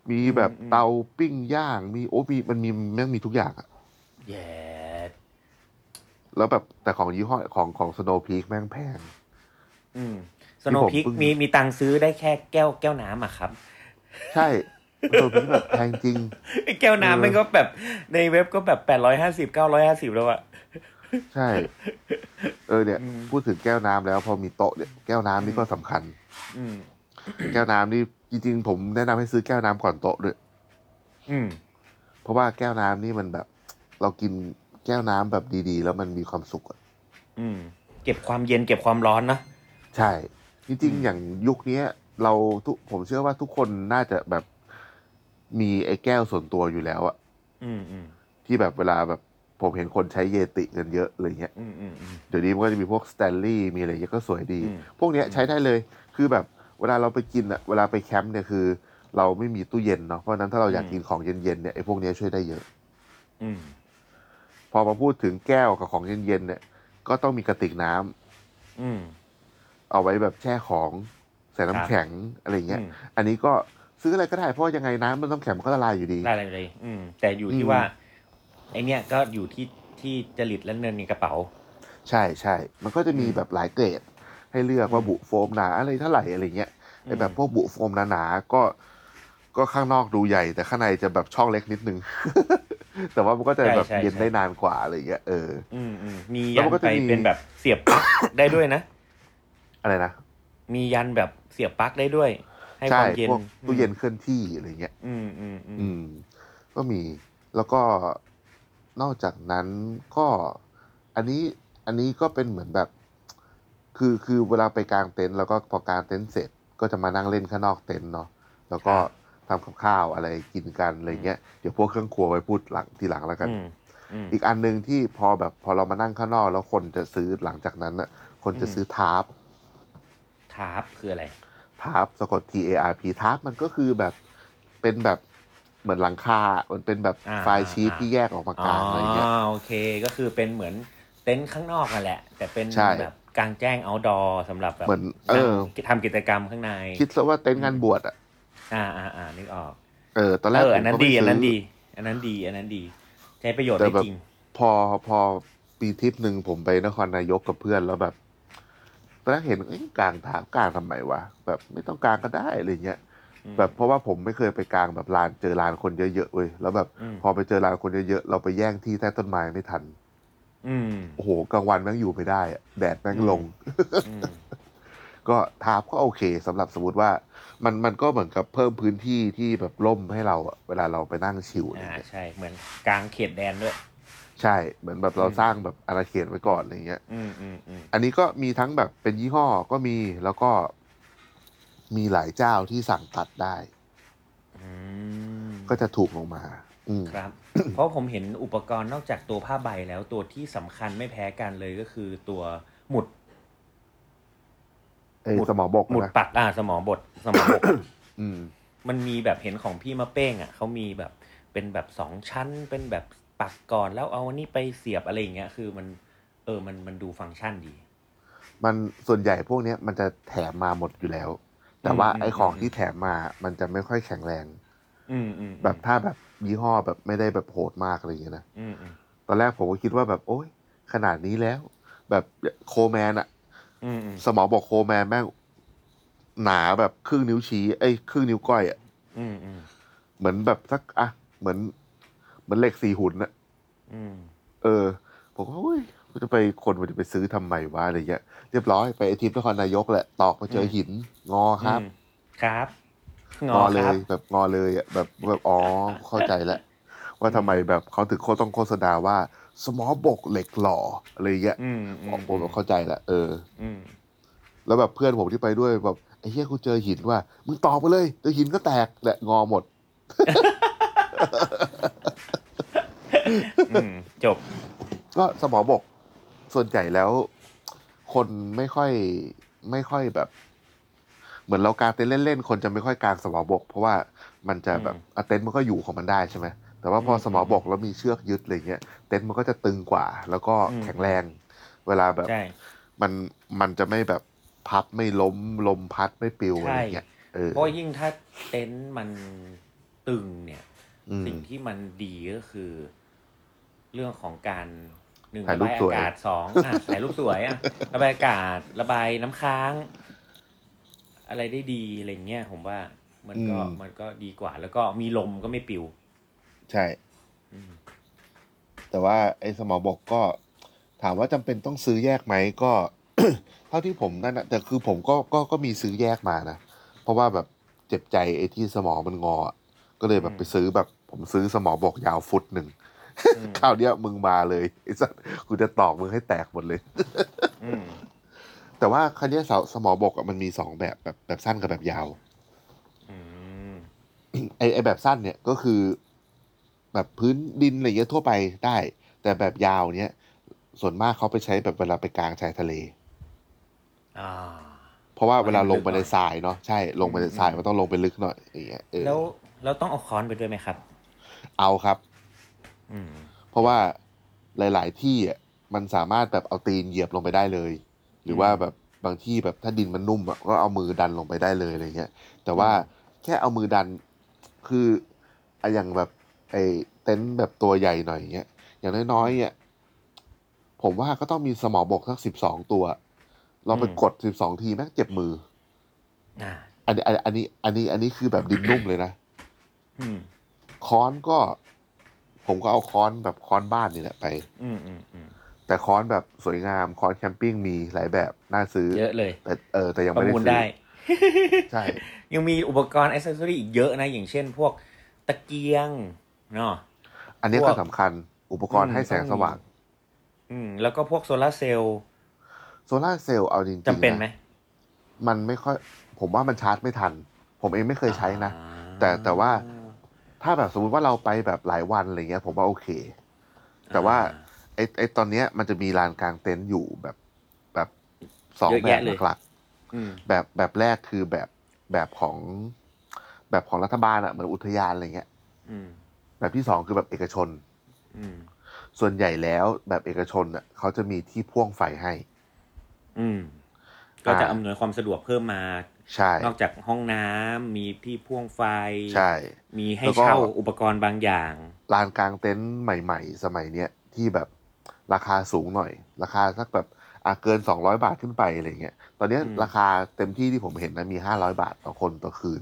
มีแบบ
อืม
เตาปิ้งย่าง มีโอ้มีมันมีแม่งมีทุกอย่างอะ
แย่
แล้วแบบแต่ของยี่ห้อของของสโนว์พีคแม่งแพง
อืม
ที่
สโน
ผม
พิก
เพิ่ง
มีมีตังค์ซื้อได้แค่แก้วแก้วน้ำอะครับ
ใช่สโนว์พีคแบบแพงจริง
ไอ้แก้ว
เออ
น้ำมันก็แบบในเว็บก็แบบแปดร้อยห้าสิบเก้าร้อยห้าสิบแล้วอะ
ใช่ เออเนี่ย
อืม
พูดถึงแก้วน้ำแล้วพอมีโต๊ะเนี่ยแก้วน้ำนี่ก็สำคัญ
อืม
แก้วน้ำนี่จริงๆผมแนะนำให้ซื้อแก้วน้ำก่อนโต๊ะด้วย
อืม
เพราะว่าแก้วน้ำนี่มันแบบ เรากินแก้วน้ำแบบดีๆ แล้วมันมีความสุขอะ
อืม เก็บความเย็นเก็บความร้อนนะ
ใช่ จริงๆ อย่างยุคเนี้ย เราทุกผมเชื่อว่าทุกคนน่าจะแบบมีไอ้แก้วส่วนตัวอยู่แล้วอะ
อืมอืม
ที่แบบเวลาแบบผมเห็นคนใช้เยติกันเยอะอะไรเงี้ย
อืมอืมอืม
เดี๋ยวนี้มันก็จะมีพวกสแตนลี่มีอะไรเงี้ยก็สวยดี
อืม
พวกเนี้ยใช้ได้เลยคือแบบเวลาเราไปกินอะเวลาไปแคมป์เนี่ยคือ เราไม่มีตู้เย็นเนาะเพราะฉะนั้นถ้าเราอยากกินของเย็นๆเนี่ยไอ้พวกเนี้ยช่วยได้เยอะ
อืม
พอมาพูดถึงแก้วกับของเย็นๆเนี่ยก็ต้องมีกระติกน้ำ
อืม
เอาไว้แบบแช่ของใส่น้ำ
ครับ
แข็งอะไรเงี้ย
อืม
อันนี้ก็ซื้ออะไรก็ได้เพราะว่ายังไงน้ำมันน้ำแข็งมันก็ละลายอยู่ดี
ได้เลยเลย อืม แต่อยู่
อื
ที่
ม
ว่า ไอเนี้ยก็อยู่ที่ที่จริตและเนินในกระเป๋า
ใช่ใช่ มันก็จะมีแบบหลายเกรด ให้เลือกว่าบุโฟมหนาอะไรเท่าไหร่อะไรเงี้ยไอแบบพวกบุโฟมหนาๆก็ก็ข้างนอกดูใหญ่ แต่ข้างในจะแบบช่องเล็กนิดนึง แต่ว่ามันก็จะแบบ
ใช่ใช่
เย็นได้นานกว่าอะไรเงี้ยเออ
อืมอืมมี
แล้
ยั
วนมันก็จะ
ไป
มี
เป็นแบบเสียบ ปลั๊กได้ด้วยนะ
อะไรนะ
มียันแบบเสียบปลั๊กได้ด้วย ให้ค
ใช่
วามเย็น
พวกตู้เย็นเคลื่อนที่อะไรเงี้ย
อืมอืมอืม
อืม ก็มีแล้วก็นอกจากนั้นก็อันนี้อันนี้ก็เป็นเหมือนแบบ คือคือเวลาไปกางเต็นท์แล้วก็พอกางเต็นท์เสร็จก็จะมานั่งเล่นข้างนอกเต็นท์เนาะแล้วก็ทำกับข้าวอะไรกินกันอะไรเงี้ยเดี๋ยวพวกเครื่องครัวไว้พูดหลังทีหลังแล้วกัน
อืมอืม
อีกอันหนึ่งที่พอแบบพอเรามานั่งข้างนอกแล้วคนจะซื้อหลังจากนั้นอ่ะ คนจะซื้อทาร์ป
ทาร์ปคืออะไร
ทาร์ปสะกด T A R P ทาร์ปมันก็คือแบบเป็นแบบเหมือนหลังคา มันเป็นแบบ
อ่า
ไฟล์ชีท
อ่า
ที่แยกออกมาก
อ๋อ
ลางอะไรเงี้ย
โอเคก็คือเป็นเหมือนเต็นท์ข้างนอกนั่นแหละ แต่เป็น
ใช่
แบบกลางแจ้ง o u t d o o r สำหรับแบบ
เหมือนเออ
นั่งทำกิจกรรมข้างใน
คิดซะว่าเต็นท์งานบวชอ่ะ
อ่าอ่าอ่านึกออก
เออ ตอนแร
เอก อ
ผ
อัน
ม
นั้น
ก็ไม่
ดีอันนั้น
ซื้
ดี
อ
อันนั้นดีอันนั้นดี ใช้ประโยชน์
แต่
ได้
แบบ
จริง
พอพอปีทริปหนึ่งผมไปนครนายกกับเพื่อนแล้วแบบตอนแรกเห็นเอ้ยกลางถามกลางทำไมวะแบบไม่ต้องกลางก็ได้อะไรเงี้ย
อืม
แบบเพราะว่าผมไม่เคยไปกลางแบบลานเจอลานคนเยอะๆเว้ยแล้วแบบ
อืม
พอไปเจอลานคนเยอะๆเราไปแย่งที่ใต้ต้นไม้ไม่ทัน
อืม
โอ้โหกลางวันแม่งอยู่ไม่ได้อะแดดแม่งลง
อืม
ก็ทาร์ปก็โอเคสำหรับสมมติว่ามันมันก็เหมือนกับเพิ่มพื้นที่ที่แบบร่มให้เราอะเวลาเราไปนั่งชิลอะไร
อ่า
เงี้ย
ใช่เหมือนกลางเขตแดนด้วย
ใช่ เหมือนแบบเราสร้างแบบอาณาเขตไว้ก่อนอะไรเงี้ย
อืมอืมอืม
อันนี้ก็มีทั้งแบบเป็นยี่ห้อก็มีแล้วก็มีหลายเจ้าที่สั่งตัดได้
อืม
ก็จะถูกลงมา อืม
ครับ เพราะผมเห็นอุปกรณ์นอกจากตัวผ้าใบแล้วตัวที่สำคัญไม่แพ้กันเลยก็คือตัวหมุด
ไอ้
หมุด
สมอบก
หมุด
นะ
ปัดอ่าสมอบทสมอบท
อืม
มันมีแบบเห็นของพี่มาเป้งอ่ะเขามีแบบเป็นแบบสองชั้น เป็นแบบปักก่อนแล้วเอาอันนี้ไปเสียบอะไรอย่างเงี้ยคือมัน เออมันมันดูฟังก์ชันดี
มันส่วนใหญ่พวกเนี้ยมันจะแถมมาหมดอยู่แล้ว แต่ว่า
อืม
ไอ้ของ
อืม
ที่แถมมามันจะไม่ค่อยแข็งแรง
อืมอืม
แบบถ้าแบบยี่ห้อแบบไม่ได้แบบโหดมากอะไรอย่างเงี้ยนะ
อืมอืม
ตอนแรกผมก็คิดว่าแบบ โอ๊ย ขนาดนี้แล้ว แบบโคแมนอะ
อืมอืม
สมองบอกโคแมนแม่งหนาแบบครึ่งนิ้วชี้เอ้ยครึ่งนิ้วก้อยอะ
อืมอืม
เหมือนแบบสักอ่ะเหมือน เหมือนเหล็กสี่หุ่นอะ
อืม
เออ ผมก็อุ้ยมันจะไปคนมันจะไปซื้อทำไมวะอะไรเงี้ยเรียบร้อยไปไอทีมนครนายกแหละตอกมาเจอหิน งอครับ
อืมครับ
งอ
ค
เล
รับ
ยแบบงอเลยอะแบบแบบอ๋อเข้าใจแล้วว่าทำไมแบบเขาถึงโคตรต้องโฆษณาว่า สมอบกเหล็กหล่ออะไรเงี้ย
อืมอืม
ผมแบบเข้าใจละเออ
อืม
แล้วแบบเพื่อนผมที่ไปด้วยแบบไอ้เหี้ยกูเจอหินว่ามึงตอกไปเลยเดี๋ยวหินก็แตกแหละงอหมด
อืมจบ
ก็สมอบกส่วนใหญ่แล้ว คนไม่ค่อยไม่ค่อยแบบ เหมือนเรากางเต็นท์เล่นๆคนจะไม่ค่อยกางสมอบก เพราะว่ามันจะแบบ
อืม
อ่ะเต็นท์มันก็อยู่ของมันได้ใช่ไหมแต่ว่าพออ
ม
สมอบกแล้วมีเชือกยึดอะไรเงี้ยเต็นท์มันก็จะตึงกว่า แล้วก็
อืม
แข็งแรง เวลาแบบ
ใช่
มันมันจะไม่แบบพับไม่ล้มลมพัดไม่ปิว
ใช่
อะไรเงี้ยเออ
เพราะยิ่งถ้าเต็นท์มันตึงเนี่ย
อืม
สิ่งที่มันดีก็คือ เรื่องของการหนึ่ง
ถ่ายรู
ระ
ป
บาย
สวย
อากาศสองอ่ะถ่ายรูปสวยอ่ะ ระบายอากาศระบายน้ำค้าง อะไรได้ดีอะไรเงี้ยผมว่า มันก็
อืม
มันก็ดีกว่า แล้วก็มีลมก็ไม่ปิว
ใช่
อืม
แต่ว่าไอ้สมอบกก็ถามว่าจำเป็นต้องซื้อแยกไหมก็ เท่าที่ผมนั่นนะแต่คือผมก็ก็ก็มีซื้อแยกมานะ เพราะว่าแบบเจ็บใจไอ้ที่สมองมันงออะก็เลยแบบ
อืม
ไปซื้อแบบผมซื้อสมอบกยาวฟุตหนึ่ง
อืม
คราวเนี้ยมึงมาเลย ไอ้สัสกูจะตอกมึงให้แตกหมดเลย
อืม
แต่ว่าคันนี้ยสาวสมอบกอะมันมีสองแบบแบบแบบสั้นกับแบบยาว
อืม
ไอไอแบบสั้นเนี่ยก็คือแบบพื้นดินอะไรเงี้ยทั่วไปได้ แต่แบบยาวเนี่ยส่วนมากเขาไปใช้แบบเวลาไปกลางชายทะเล
อ่า
เพราะว่าเวลาลงไป
ให้มันลึ
ใน
กหน่อย
ทรายเนาะใช่ลงไปในทราย
อืม
มันต้องลงไปลึกหน่อยอย่างเงี้ยเออ
แล้วแล้วต้องเอาค้อนไปด้วยไหมครับ
เอาครับ
อืม
เพราะว่าหลาย ๆ ที่อ่ะมันสามารถแบบเอาตีนเหยียบลงไปได้เลย หรือ
ม
ว่าแบบบางที่แบบถ้าดินมันนุ่มอ่ะก็เอามือดันลงไปได้เลยอะไรเงี้ยแต่ว่าแค่เอามือดันคืออะอย่างแบบไอเต็นท์แบบตัวใหญ่หน่อยเงี้ยอย่างน้อยๆเนี่ยผมว่าก็ต้องมีสมอบกสักสิบสองตัวเราไป
อืม
กดสิบสองทีแม่งเจ็บมือ
อ่า
อันนี้อันนี้อันนี้อันนี้คือแบบดินนุ่มเลยนะ
อืม
ค้อนก็ ผมก็เอาค้อนแบบค้อนบ้านนี่แหละไป
อืมอืมอืม
แต่ค้อนแบบสวยงามค้อนแคมปิ้งมีหลายแบบน่าซื้อ
เยอะเลย
แต่เออแต่ยัง
ป
ไม่
ระ
ได้
มูล
ซื้อ
ได้
ใช่
ยังมีอุปกรณ์อิสเซอรี่อีกเยอะนะ อย่างเช่นพวกตะเกียงเนาะ
อันนี้
พวก
ก็สำคัญอุปกร
อื
ณ์
ม
ให้แสงสว่าง
อืม แล้วก็พวกโซลาร์เซลล์
โซลาร์เซลล์เอาจริงๆ
จำเป็นไหม
ะมันไม่ค่อย ผมว่ามันชาร์จไม่ทัน ผมเองไม่เคยใช้นะ
อ่า
แต่แต่ว่า ถ้าแบบสมมติว่าเราไปแบบหลายวันอะไรเงี้ย ผมว่าโอเค แต่ว่า ไอไอตอนเนี้ยมันจะมีลานกลางเต็นท์อยู่แบบแบบสอง
เยอะ
แบ
แยะ
บ
เลย
หลักๆ
อืม
แบบแบบแรกคือแบบแบบของแบบของรัฐบาลอะเหมือนอุทยานอะไรเงี้ย
อืม
แบบที่สองคือแบบเอกชน
อืม
ส่วนใหญ่แล้วแบบเอกชนอะเขาจะมีที่พ่วงไฟให้
อืม ก็จะ
อ่า
อำนวยความสะดวกเพิ่มมา
ใช่
นอกจากห้องน้ำมีที่พ่วงไฟ
ใช่
มีให้
แล้วก็
เช่าอุปกรณ์บางอย่าง
ลานกลางเต็นท์ใหม่ ๆ สมัยเนี้ยที่แบบราคาสูงหน่อย ราคาสักแบบอาเกิน 200 บาทขึ้นไปอะไรเงี้ยตอนเนี้ย
อืม
ราคาเต็มที่ที่ผมเห็นนะมี 500 บาทต่อคนต่อคืน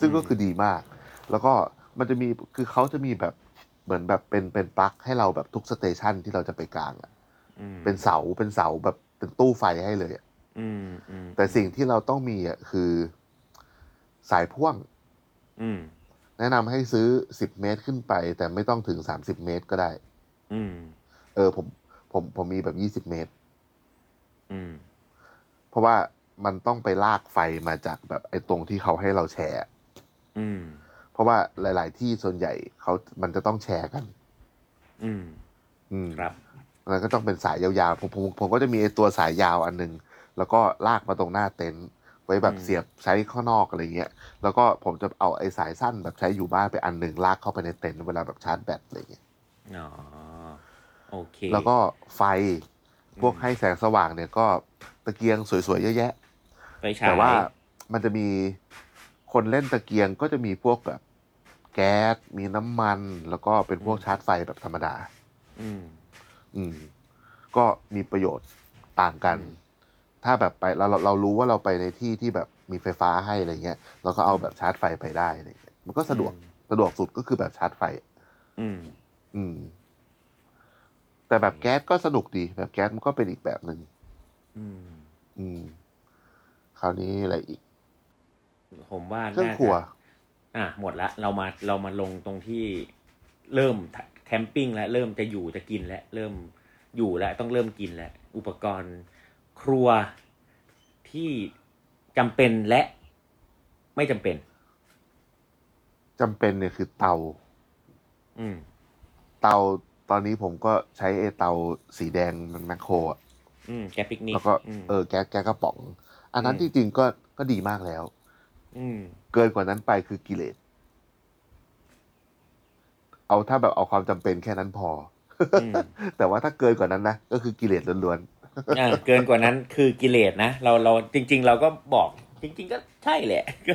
ซึ่ง
อืม
ก็คือดีมาก แล้วก็มันจะมีคือเขาจะมีแบบเหมือนแบบเป็นเป็นปลั๊กให้เราแบบทุกสเตชันที่เราจะไปกลางอะ
อืม
เป็นเสาเป็นเสาแบบเป็นตู้ไฟให้เลยอะ
อืมอืม
แต่สิ่งที่เราต้องมีอ่ะคือสายพ่วง
อืม
แนะนำให้ซื้อ 10 เมตรขึ้นไป แต่ไม่ต้องถึง 30 เมตรก็ได้
อืม
เออผมผมผมมีแบบยี่สิบ20 เมตร
อืม
เพราะว่ามันต้องไปลากไฟมาจากแบบไอ้ตรงที่เขาให้เราแชร์
อืม
เพราะว่าหลาย ๆ ที่ส่วนใหญ่เขามันจะต้องแชร์กัน
อืม
อืม
ครับ
แล้วก็ต้องเป็นสายยาวๆผมผมผมก็จะมีไอ้ตัวสายยาวอันหนึง แล้วก็ลากมาตรงหน้าเต็นท์ไว้แบบ
อืม
เสียบใช้ข้างนอกอะไรเงี้ยแล้วก็ผมจะเอาไอ้สายสั้นแบบใช้อยู่บ้านไปอันหนึ่งลากเข้าไปในเต็นท์เวลาแบบชาร์จแบตอะไรเงี้ย
อ๋อโอเค
แล้วก็ไฟพวกให้แสงสว่างเนี่ยก็ตะเกียงสวยๆเยอะแยะ
ไปฉาย
แต่ว่ามันจะมีคนเล่นตะเกียงก็จะมีพวกแบบแก๊สมีน้ำมัน แล้วก็เป็นพวกชาร์จไฟแบบธรรมดา
อืม
อืม ก็มีประโยชน์ต่างกัน
อืม
ถ้าแบบไปเราเราเรารู้ว่าเราไปในที่ที่แบบมีไฟฟ้าให้อะไรเงี้ยเราก็เอาแบบชาร์จไฟไปได้อะไรเงี้ยมันก็สะดวกสะดวกสุดก็คือแบบชาร์จไฟ
อืม
อืม แต่แบบแก๊สก็สนุกดี แบบแก๊สมันก็เป็นอีกแบบหนึ่ง
อืม
อืม คราวนี้อะไรอีก
ผมว่า
เครื่อง
น่าจะ
ครัว
อ่ะหมดละเรามาเรามาลงตรงที่เริ่มแคมปิ้งแล้วเริ่มจะอยู่จะกินแล้วเริ่มอยู่แล้วต้องเริ่มกินแล้วอุปกรณ์ครัวที่จำเป็นและไม่จำเป็น
จำเป็นเนี่ยคือเตา
อืม
เตาตอนนี้ผมก็ใช้ไอเตาสีแดงมันแมคโครอะ
อืมแกปิกนิก
แล้วก็
ม
เออแก๊สแก๊สกระป๋อง อันนั้น
อืม
จริงๆก็ก็ดีมากแล้ว
อืม
เกินกว่านั้นไปคือกิเลส เอาถ้าแบบเอาความจำเป็นแค่นั้นพอ
อืม
แต่ว่าถ้าเกินกว่านั้นนะก็คือกิเลสล้วน
อ่าเกินกว่านั้นคือกิเลสนะเราเราจริง ๆ เราก็บอกจริง ๆ ก็ใช่แหละ ก็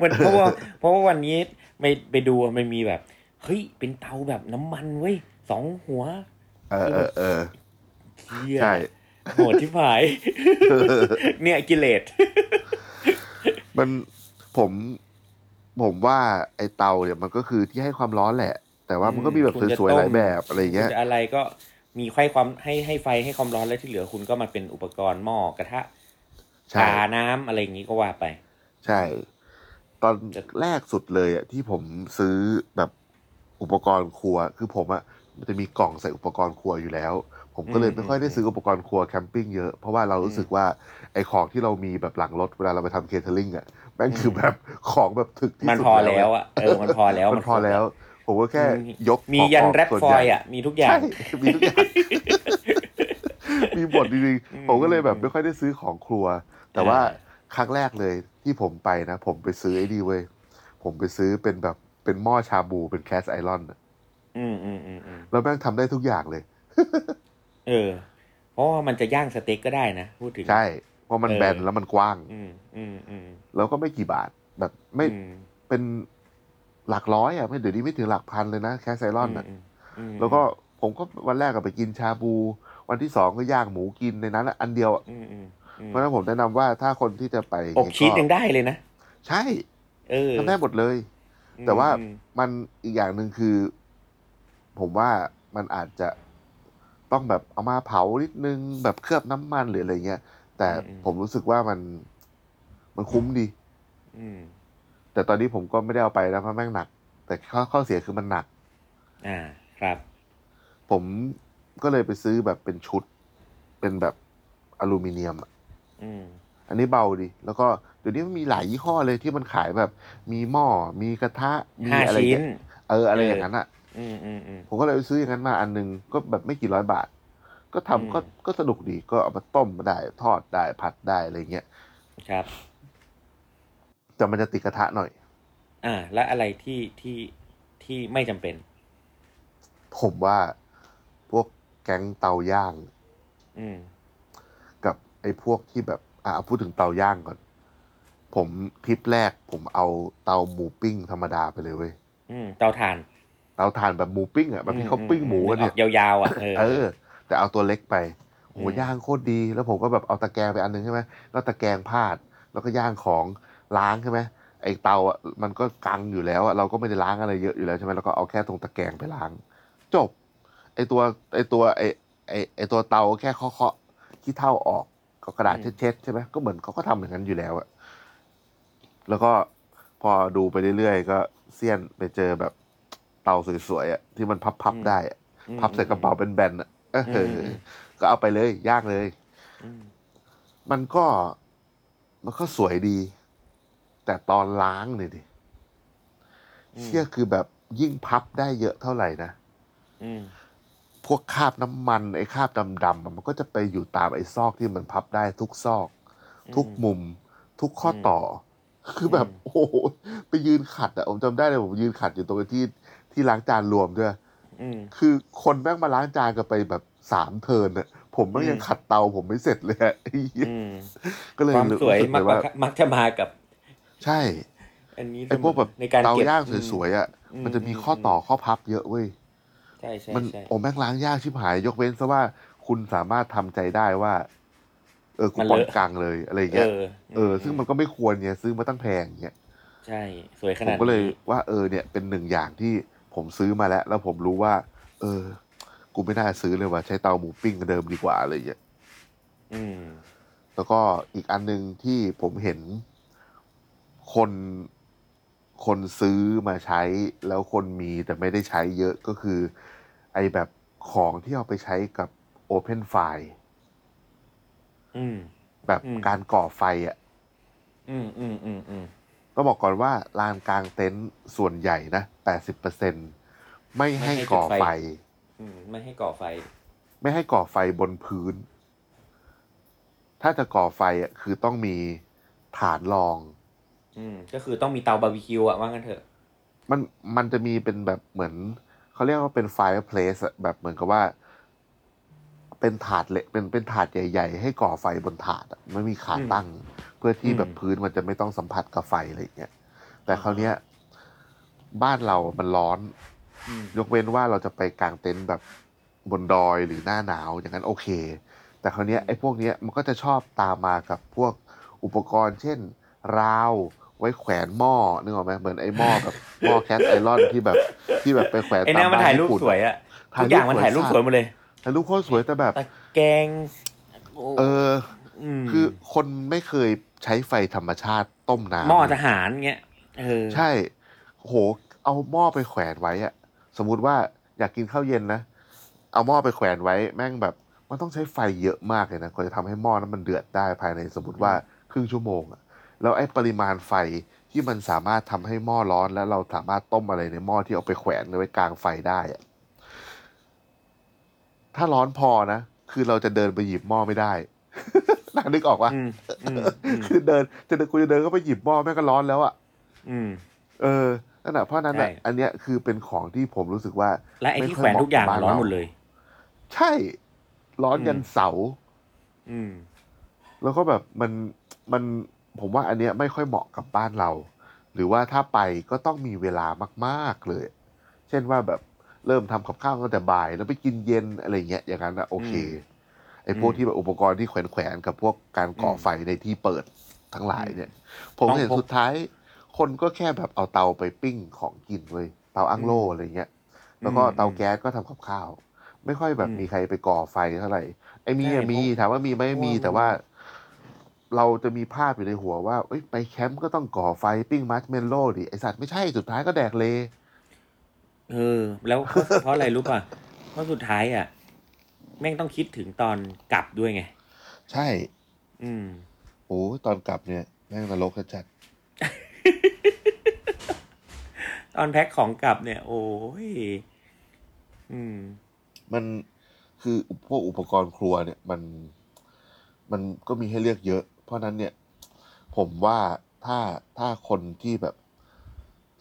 มันเพราะว่าเพราะว่าวันนี้ไปไปดูอะมันมีแบบเฮ้ยเป็นเตาแบบน้ำมันเว้ยสองหัว
ๆเออเออเออ
เทีย
ใช่
โหดที่ ผาย เนี่ยกิเลส
มันผมผมว่าไอเตาเนี่ยมันก็คือที่ให้ความร้อนแหละ แต่ว่ามันก็มีแบบ
คุณจะ
สวย
ต้ม
ๆหลายแบบอะไรอย่างเงี้ย
จะอะไรก็มีไฟความให้ให้ไฟให้ความร้อนแล้วที่เหลือคุณก็มาเป็นอุปกรณ์หม้อกระทะ
ใช่
กาน้ำอะไรอย่างนี้ก็ว่าไป
ใช่ ตอน
จะ
แรกสุดเลยอะที่ผมซื้อแบบอุปกรณ์ครัว คือผมอะมันจะมีกล่องใส่อุปกรณ์ครัวอยู่แล้ว ผมก็เลยไม่ค่อยได้ซื้ออุปกรณ์ครัวแคมปิ้งเยอะ เพราะว่าเรารู้สึกว่าไอของที่เรามีแบบหลังรถเวลาเราไปทำเคเทอริงอะแม่งคือแบบของแบบถึกที่
มัน
สุด
พอแล้วอะเออมันพอแล้ว
อะมันพอ
ครบ
แล้ว ผมก็แค่
มี
ยก
มี
ของ
ยัน
ก
แรป
ส่วน
ฟอ
ใหญ่
ยล์อ่ะ มีทุกอย่าง
ใช่ มีทุกอย่าง มีบทจริง
อืม
ๆผมก็เลยแบบไม่ค่อยได้ซื้อของครัว แต่ว่า
อ่า
ครั้งแรกเลยที่ผมไปนะ ผมไปซื้อไอ้นี่เว้ย ผมไปซื้อเป็นแบบเป็นหม้อชาบูเป็นแคสไอรอนน่ะ
อืมอืมอืมอืม
แล้วแม่งทำได้ทุกอย่างเลย
เออ เพราะว่ามันจะย่างสเต็กก็ได้นะ พูดถึง
ใช่ เพราะมัน
เออ
แบนแล้วมันกว้าง
อืมอืมอืม
แล้วก็ไม่กี่บาท แบบไม่
อืม
เป็นหลักร้อยอ่ะไม่เดี๋ยวนี้ไม่ถึงหลักพันเลยนะแคสไอรอนน่ะ
มอืม
แล้วก็ผมก็วันแรกก็ไปกินชาบู วันที่สองก็ย่างหมูกินในนั้นอะอันเดียวอะ
อืมอืมอืม
เพราะฉะนั้นผมแนะนำว่าถ้าคนที่จะไป
อ
เนี่
บ
ย
ชีส
ก็
ยังได้เลยนะ
ใช่
เออ
ทำได้หมดเลย
อืม
แต่ว่า
อืม
มันอีกอย่างหนึ่งคือ ผมว่ามันอาจจะต้องแบบเอามาเผานิดนึง แบบเคลือบน้ำมันหรืออะไรเงี้ย แต่ผมรู้สึกว่ามันมันคุ้มดี
อืม
แต่ตอนนี้ผมก็ไม่ได้เอาไปแล้วเพราะแม่งหนัก แต่ข้อข้อเสียคือมันหนัก
อ่าครับ
ผมก็เลยไปซื้อแบบเป็นชุด เป็นแบบอลูมิเนียมอะ
อืม
อันนี้เบาดี แล้วก็เดี๋ยวนี้มันมีหลายยี่ห้อเลยที่มันขายแบบ มีหม้อมีกระทะมี
ห้า
อะไร
ชิ้น
เงี้ยเอออะไรอย่างนั้นอะ
อืมอืมอืม
ผมก็เลยซื้ออย่างนั้นมาอันหนึงก็แบบไม่กี่ร้อยบาท ก็ทำ
อืม
ก็ก็สนุกดีก็เอามาต้มได้ทอดได้ผัดได้อะไรเงี้ย
ครับ
แต่มันจะติดกระทะหน่อย
อ่า และอะไรที่ที่ที่ไม่จำเป็น
ผมว่าพวกแก๊งเตาย่าง
อืม
กับไอ้พวกที่แบบ อ่ะพูดถึงเตาย่างก่อน ผมทริปแรก ผมเอาเตาหมูปิ้งธรรมดาไปเลยเว้ย
อืมเตาถ่าน
เตาถ่านแบบหมูปิ้งอ่ะแบบที่เขาปิ้งหมูกันเนี่ย
ออกยาวๆอ่ะ
เออ แต่เอาตัวเล็กไปโอ้โห
อืม
ย่างโคตรดี แล้วผมก็แบบเอาตะแกรงไปอันนึงใช่ไหมแล้วตะแกรงพาด แล้วก็ย่างของล้างใช่ไหมไอเตาอ่ะมันก็กังอยู่แล้วอ่ะเราก็ไม่ได้ล้างอะไรเยอะอยู่แล้วใช่ไหมแล้วก็เอาแค่ตรงตะแกรงไปล้าง จบ ไอตัวไอตัวไอไอไอตัวเตาแค่เคาะเคาะขี้เท่าออกก็กระดาษเช็ดๆใช่ไหมก็เหมือนเขาก็ทำอย่างนั้นอยู่แล้วอะแล้วก็พอดูไปเรื่อยๆก็เสี้ยนไปเจอแบบเตาสวยๆอ่ะที่มันพับๆได้อะ
อืม
พับใส่กระเป๋าเป็นแบนๆอ่ะเออ
อืม
ก็เอาไปเลยย่างเลย
อืม
มันก็มันก็สวยดี แต่ตอนล้างเลยดิเชี่ยคือแบบยิ่งพับได้เยอะเท่าไหร่นะ
อืม
พวกคราบน้ำมันไอ้คราบดำๆอะมันก็จะไปอยู่ตามไอ้ซอกที่มันพับได้ทุกซอก ทุกมุม ทุกข้อต่ออคือแบบ โอ้โหไปยืนขัดอะผมจำได้เลยผมยืนขัดอยู่ตรงที่ที่ล้างจานรวมด้วย
อืม
คือคนแม่งมาล้างจานกันไปแบบสามเทิร์นอะผมแม่ง
อืม
ยังขัดเตาผมไม่เสร็จเลยอะไอ้เหี้ย
อืม
ก็เลย
ความสวย
รู้สึก
มัก
เลย
จะ
ว่า
มักจะมากับ
ใช่
อันนี้
ไอ้พวกแบบ
ในการ
เตา
ก็บ
ย่างสวยๆอะ
อื
มันจะมีข้อต่อข้อพับเยอะเว้ย
ใช่ใช่
มัน
ใช่
โอ้แม่งล้างยากชิบหาย ยกเว้นซะว่าคุณสามารถทำใจได้ว่า เออกู
มัน
ปอน
เลอะ
กลางเลยอะไรอย่าง
เอ
เงี้ย
อ
เออ ซึ่งมันก็ไม่ควรเนี่ยซื้อมาตั้งแพงเงี้ย
ใช่ สวยข
ผ
นาม ด
ก็เลย
นี้
ว่าเออเนี่ยเป็นหนึ่งอย่างที่ผมซื้อมาแล้ว แล้วผมรู้ว่า เออ กูไม่น่าซื้อเลยว่ะใช้เตาหมูปิ้งเดิมดีกว่าอะไรอย่างเงี้ย
อืม
แล้วก็อีกอันหนึ่งที่ผมเห็นคนคนซื้อมาใช้ แล้วคนมีแต่ไม่ได้ใช้เยอะก็คือ ไอแบบของที่เอาไปใช้กับ Open f i ฟ
อืม
แบบ
อืม
การก่อไฟอะ่ะ
อืมอืมอืมอืม
ต้องบอกก่อนว่าลานกลางเต็นท์ส่วนใหญ่นะ 80%ไม่ให้ก่อไฟ
อืมไม่ให้ก่อไฟ
ไม่ให้ก่อไฟบนพื้น ถ้าจะก่อไฟอ่ะคือต้องมีฐานรอง
อืม ก็คือต้องมีเตาบาร์บีคิวอะว่างั้นเถอะ
มันมันจะมีเป็นแบบเหมือน เขาเรียกว่าเป็น fireplace อะแบบเหมือนกับว่า เป็นถาดเหล็กเป็นเป็นถาดใหญ่ ๆ ให้ก่อไฟบนถาดอะไม่มีขา
อืม
ตั้ง เพื่อที่
อืม
แบบพื้นมันจะไม่ต้องสัมผัสกับไฟอะไรอย่างเงี้ยแต่คราวเนี้ย บ้านเรามันร้อน
อืม
ยกเว้นว่าเราจะไปกางเต็นท์แบบบนดอยหรือหน้าหนาวอย่างนั้นโอเค แต่คราวเนี้ยไอ้พวกเนี้ยมันก็จะชอบตามมากับพวกอุปกรณ์ เช่น ราวไว้แขวนหม้อนึกออกไหมเหมือนไอ้หม้อแบบ หม้อแคสไอรอนที่ แบบที่แบบไปแขวน
ไอ้
ตา
เนี่ย
ม
มัน
บ้าน
ถ่ายรูป
ญี่ปุ่น
สวยอะทุ
ถ่
กอย่างมันถ่ายรูปสวยหมดเลย
ถ่ายรูปโคตรสวยแต่แบบ
ตะแกรงโ
เออ
ม
คือคนไม่เคยใช้ไฟธรรมชาติต้มน้ำ
หม้อ
เลย
ทหารเงี้ย เออ
ใช่ โห เอาหม้อไปแขวนไว้อะ สมมุติว่าอยากกินข้าวเย็นนะ เอาหม้อไปแขวนไว้ แม่งแบบ มันต้องใช้ไฟเยอะมากเลยนะกว่าจะทำให้หม้อนั้นมันเดือดได้ภายในสมมติว่าครึ่งชั่วโมงอะแล้วไอ้ปริมาณไฟที่มันสามารถทำให้หม้อร้อน แล้วเราสามารถต้มอะไรในหม้อที่เอาไปแขวนไว้กลางไฟได้อะถ้าร้อนพอนะ คือเราจะเดินไปหยิบหม้อไม่ได้ น่านึกออกว่า
อืมอืม
คือเดิน จะเดินกูจะเดินก็ไปหยิบหม้อแม่งก็ร้อนแล้วอะ
อืม
เออ นั่นแหละเพราะฉะนั้นน่ะ
ใช่
อันเนี้ยคือเป็นของที่ผมรู้สึกว่า
และไอ้ที่
ม่
แข
ค่
วน
เหมะ
ทุกอย่าง
บ
มัน
บ้
ร้อน
เรา
หมดเลย
ใช่ ร้อนยันเสา
อืม
แล้วก็แบบมันมันผมว่าอันเนี้ยไม่ค่อยเหมาะกับบ้านเรา หรือว่าถ้าไปก็ต้องมีเวลามาก ๆเลย เช่นว่าแบบเริ่มทำกับข้าวตั้งแต่บ่าย แล้วไปกินเย็นอะไรเงี้ยอย่างนั้นนะโอเค
อืม
ไอ้พวก
อืม
ที่แบบอุปกรณ์ที่แขวนแขวนๆกับพวกการก่ออ
ม
ไฟในที่เปิดทั้งหลายเนี่ย ผ
ต้
ม
อง
เห็น
พก
สุดท้าย คนก็แค่แบบเอาเตาไปปิ้งของกินเว้ยเตาอั้งโล่อะไรเงี้ย แล้วก็เตาแก๊สก็ทำกับข้าว ไม่ค่อยแบบ
อืม
มีใครไปก่อไฟเท่าไหร่ไอ้มี
ใช่
อะมี
ผม
ถามว่ามีไหม
ผมว่ามี
มีแต่ว่า เราจะมีภาพอยู่ในหัวว่าเอ้ยไปแคมป์ก็ต้องก่อไฟปิ้งมัชเมลโล่ดิไอสัตว์ไม่ใช่สุดท้ายก็แดกเล
เออ แล้วเพราะ เพราะอะไรรู้ป่ะ เพราะสุดท้ายอ่ะ แม่งต้องคิดถึงตอนกลับด้วยไง
ใช่
อืม
โอ้ตอนกลับเนี่ยแม่งนรกจัด
ตอนแพ็คของกลับเนี่ย โอ้ย อืม
มันคือพวกอุปกรณ์ครัวเนี่ยมัน มันก็มีให้เลือกเยอะ เพราะฉะนั้นเนี่ย ผมว่าถ้าถ้าคนที่แบบ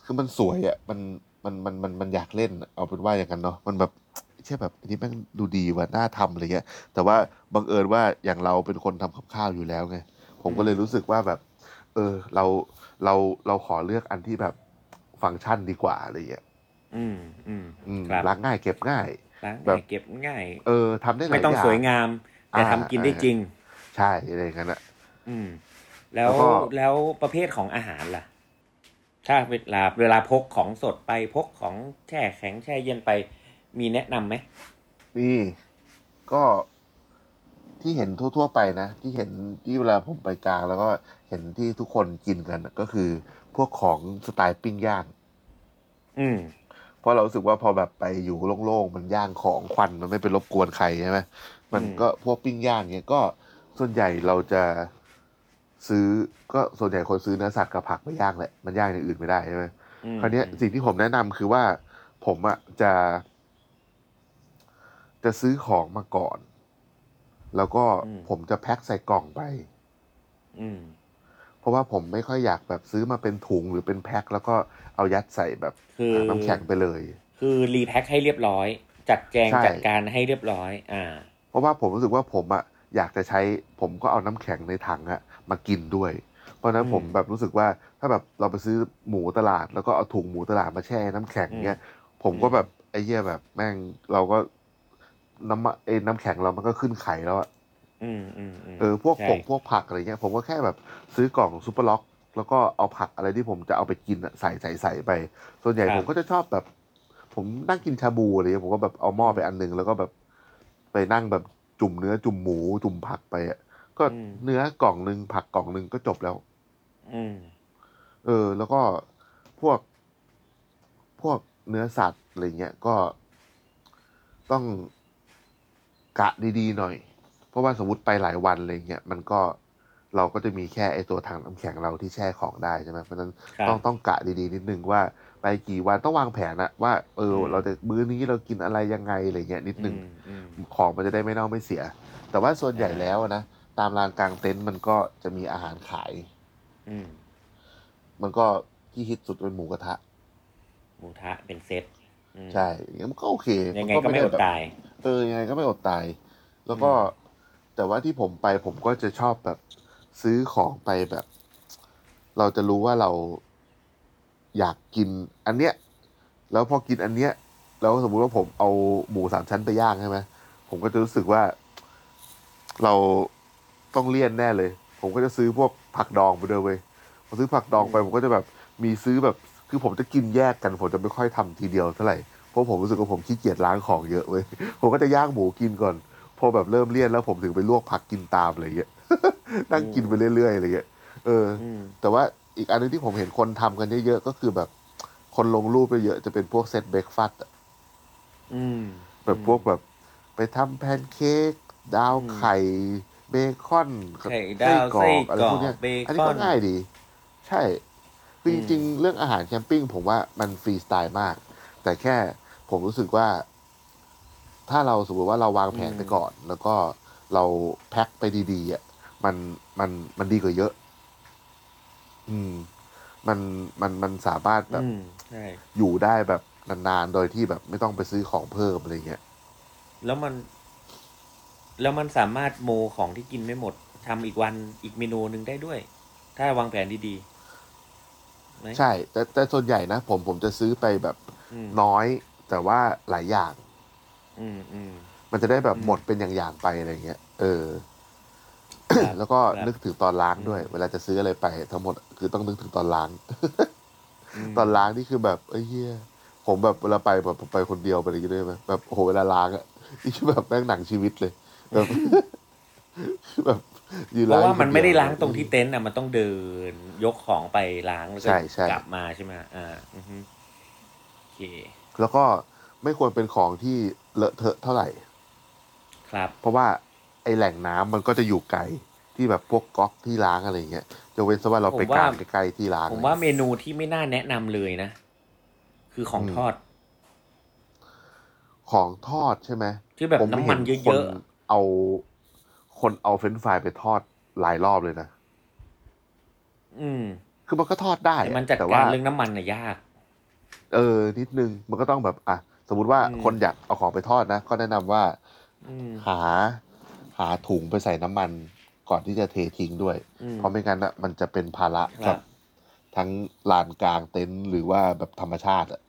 คือมันสวยอะ่ะมันมันมันมันมันอยากเล่นอะเอาเป็นว่าอย่างนั้นเนาะมันแบบใช่ยแบบอันนี้แม่งดูดีว่ะน่าทำอะไรเงี้ยแต่ว่าบังเอิญว่าอย่างเราเป็นคนทำกับข้าวอยู่แล้วไง พ ผมก็เลยรู้สึกว่าแบบ เออ เราเราเราขอเลือกอันที่แบบฟังก์ชันดีกว่าอะไรอย่างเงี้ย
อืมอืม
อืม
ครับ
ล้างง่ายเก็บง่าย
ล้าง
แบ
ง่า
บ
ยเก็บง่าย
เออทำได้หลาย
ไม่
อย่าง
ต้องสวยงาม แต่ทำกินได้จริง
ใช่อะไรอย่างนั้นอะ
อืม แล้ว
แล้วก็
แล้วประเภทของอาหารล่ะ ถ้าเวลาเวลาพกของสดไปพกของแช่แข็งแช่เย็นไปมีแนะนำไหม
นี่ก็ที่เห็นทั่ว ๆ ไปนะ ที่เห็นที่เวลาผมไปกลาง แล้วก็เห็นที่ทุกคนกินกันน่ะก็คือพวกของสไตล์ปิ้งย่าง
อืม
เพราะเรารู้สึกว่าพอแบบไปอยู่โล่ง ๆ มันย่างของควันมันไม่ไปรบกวนใครใช่ไหมมัน
อืม
ก็พวกปิ้งย่างเนี้ยก็ส่วนใหญ่เราจะซื้อก็ส่วนใหญ่คนซื้อเนื้อสัตว์กับผักไปย่างแหละมันย่างอย่างอื่นไม่ได้ใช่ไหม
อืม
คราวเนี้ยสิ่งที่ผมแนะนำคือว่าผมอะจะ จะซื้อของมาก่อน แล้วก็ผมจะแพ็คใส่กล่องไป
อืม
เพราะว่าผมไม่ค่อยอยากแบบซื้อมาเป็นถุงหรือเป็นแพ็คแล้วก็เอายัดใส่แบบ
คืออ
น้ำแข็งไปเลย
คือรีแพ็คให้เรียบร้อย จัดแจง
ใช่
จัดการให้เรียบร้อย อ่า
เพราะว่าผมรู้สึกว่าผมอะอยากจะใช้ ผมก็เอาน้ำแข็งในถังอะมากินด้วย เพราะฉะนั้น
อืม
ผมแบบรู้สึกว่าถ้าแบบเราไปซื้อหมูตลาด แล้วก็เอาถุงหมูตลาดมาแช่น้ำแข็งเงี้ย ผมก็แบบไอ้เหี้ยแบบแม่งเราก็น้ำมะเอ้ยน้ำแข็งเรามันก็ขึ้นไข่แล้วอะ
ืมอืมอืม
เออพวก
ใช่
ผงพวกผักอะไรเงี้ย ผมก็แค่แบบซื้อกล่องซูเปอร์ล็อก แล้วก็เอาผักอะไรที่ผมจะเอาไปกินอะใส่ใส่ใส่ไป ส่วนใหญ่ผมก็จะชอบแบบ ผมนั่งกินชาบูอะไรเงี้ยผมก็แบบเอาหม้อไปอันหนึงแล้วก็แบบไปนั่งแบบจุ่มเนื้อจุ่มหมูจุ่มผักไปอะก็เนื้อกล่องหนึ่งผักกล่องหนึ่งก็จบแล้ว
อืม
เออ แล้วก็พวกพวกเนื้อสัตว์อะไรเงี้ยก็ต้องกะดีๆหน่อย เพราะว่าสมมติไปหลายวันอะไรเงี้ยมันก็เราก็จะมีแค่ไอตัวถังน้ำแข็งเราที่แช่ของได้ใช่ไหมเพราะฉะนั้น
ครับ
ต้องต้องกะดีๆนิดนึงว่าไปกี่วันต้องวางแผนนะว่าเออเราจะมื้อนี้เรากินอะไรยังไงอะไรเงี้ยนิดนึง
อืม
ของมันจะได้ไม่เน่าไม่เสีย แต่ว่าส่วนใหญ่แล้วนะตามลานกลางเต็นท์มันก็จะมีอาหารขาย
อืม
มันก็ที่ฮิตสุดเป็นหมูกระทะ
หมูทะเป็นเซตอืม
ใช่อย่างเงี้ยมันก็โอเค
ยังไงก็ไม่อด
แบบ
ตาย
เออ ยังไงก็ไม่อดตาย แล้วก็ แต่ว่าที่ผมไปผมก็จะชอบแบบซื้อของไปแบบ เราจะรู้ว่าเราอยากกินอันเนี้ย แล้วพอกินอันเนี้ย แล้วสมมุติว่าผมเอาหมูสามชั้นไปย่างใช่ไหมผมก็จะรู้สึกว่า เราต้องเลี่ยนแน่เลย ผมก็จะซื้อพวกผักดองไปด้วยเว้ยพอซื้อผักดองไปผมก็จะแบบมีซื้อแบบ คือผมจะกินแยกกัน ผมจะไม่ค่อยทำทีเดียวเท่าไหร่เพราะผมรู้สึกว่าผมขี้เกียจล้างของเยอะเว้ยผมก็จะย่างหมูกินก่อน พอแบบเริ่มเลี่ยนแล้วผมถึงไปลวกผักกินตามอะไรเงี้ย นั่งกินไปเรื่อยๆอะไรเงี้ยเอออ
อืม
แต่ว่าอีกอันหนึงที่ผมเห็นคนทำกันเยอะๆก็คือแบบคนลงรูปเยอะๆจะเป็นพวกเซตเบรกฟาสต์อะ
อืม
แบบพวกแบบ ไปทำแพนเค้กดาวไข่เบคอน
ไข่ดาว
กรอก
ไส้กรอก
อะไรพวกเนี้ย
เบคอน
อันนี้ก็ง่ายดี ใช่คืออ
ม
จริงๆ เรื่องอาหารแคมปิ้งผมว่ามันฟรีสไตล์มาก แต่แค่ผมรู้สึกว่า ถ้าเราสมมติว่าเราวางแผนไปก่อน แล้วก็เราแพ็คไปดีๆอ่ะมันมันมันดีกว่าเยอะ อืม มันมันมันสามารถแบบ
อืมใช่
อยู่ได้แบบนานๆ โดยที่แบบไม่ต้องไปซื้อของเพิ่มอะไรเงี้ย
แล้วมัน แล้วมันสามารถโมของที่กินไม่หมดทำอีกวันอีกเมนูหนึ่งได้ด้วย ถ้าวางแผนดีๆไหม
ใช่ แต่แต่ส่วนใหญ่นะผมผมจะซื้อไปแบบ
อืม
น้อย แต่ว่าหลายอย่าง
อืมอืม
มันจะได้แบบ
อืม
หมดเป็นอย่างๆไปอะไรเงี้ย เออ
ครับ
แล้วก็
ครับ
นึกถึงตอนล้างด้วย เวลาจะซื้ออะไรไป ทั้งหมดคือต้องนึกถึงตอนล้าง
ม
ตอนล้างนี่คือแบบเอ้ยเหี้ยผมแบบเวลาไปแบบผมไปคนเดียวไปอะไรอย่างเงี้ยด้วยไหมแบบโอ้โหเวลาล้างอะ นี่คือแบบแม่งหนังชีวิตเลย แบบ คือแบบยืน
เพ
ล้าง
ราะว่ามัน
คเดีย
ไม่ได้ล้างตรงที่เต็นท์อ่ะมันต้องเดินยกของไปล้างแล้วก็
ใช่ใช่
กลับมาใช่ไหมอ่าอือฮึโอเค
แล้วก็ไม่ควรเป็นของที่เลอะเทอะเท่าไหร่
ครับ
เพราะว่าไอแหล่งน้ำมันก็จะอยู่ไกลที่แบบพวกก๊อกที่ล้างอะไรอย่างเงี้ยจะเว้นซะว่าเราไป
ผมว่า
กางใกล้ๆที่ล้าง
ผมว่าเมนูที่ไม่น่าแนะนำเลยนะ คือของทอด
ของทอดใช่ไหม
ที่แบบ
ผห็
น้ำมันเยอะ
คนเอาคนเอาเฟรนช์ฟรายไปทอดหลายรอบเลยนะ
ๆอืม
คือมันก็ทอดได้
แต่
อะ
มันจัด
แต่
กา
ว่า
รเรื่องน้ำมันน่ะยาก
เออ นิดนึง มันก็ต้องแบบ อ่ะ สมมติว่า
อืม
คนอยากเอาของไปทอดนะ ก็แนะนำว่า
อืม
หา หาถุงไปใส่น้ำมัน ก่อนที่จะเททิ้งด้วย
อืม
เพราะไม่งั้นอ่ะมันจะเป็นภาระ
ครั
กับ บ ทั้งลานกลางเต็นท์หรือว่าแบบธรรมชาติอ่ะ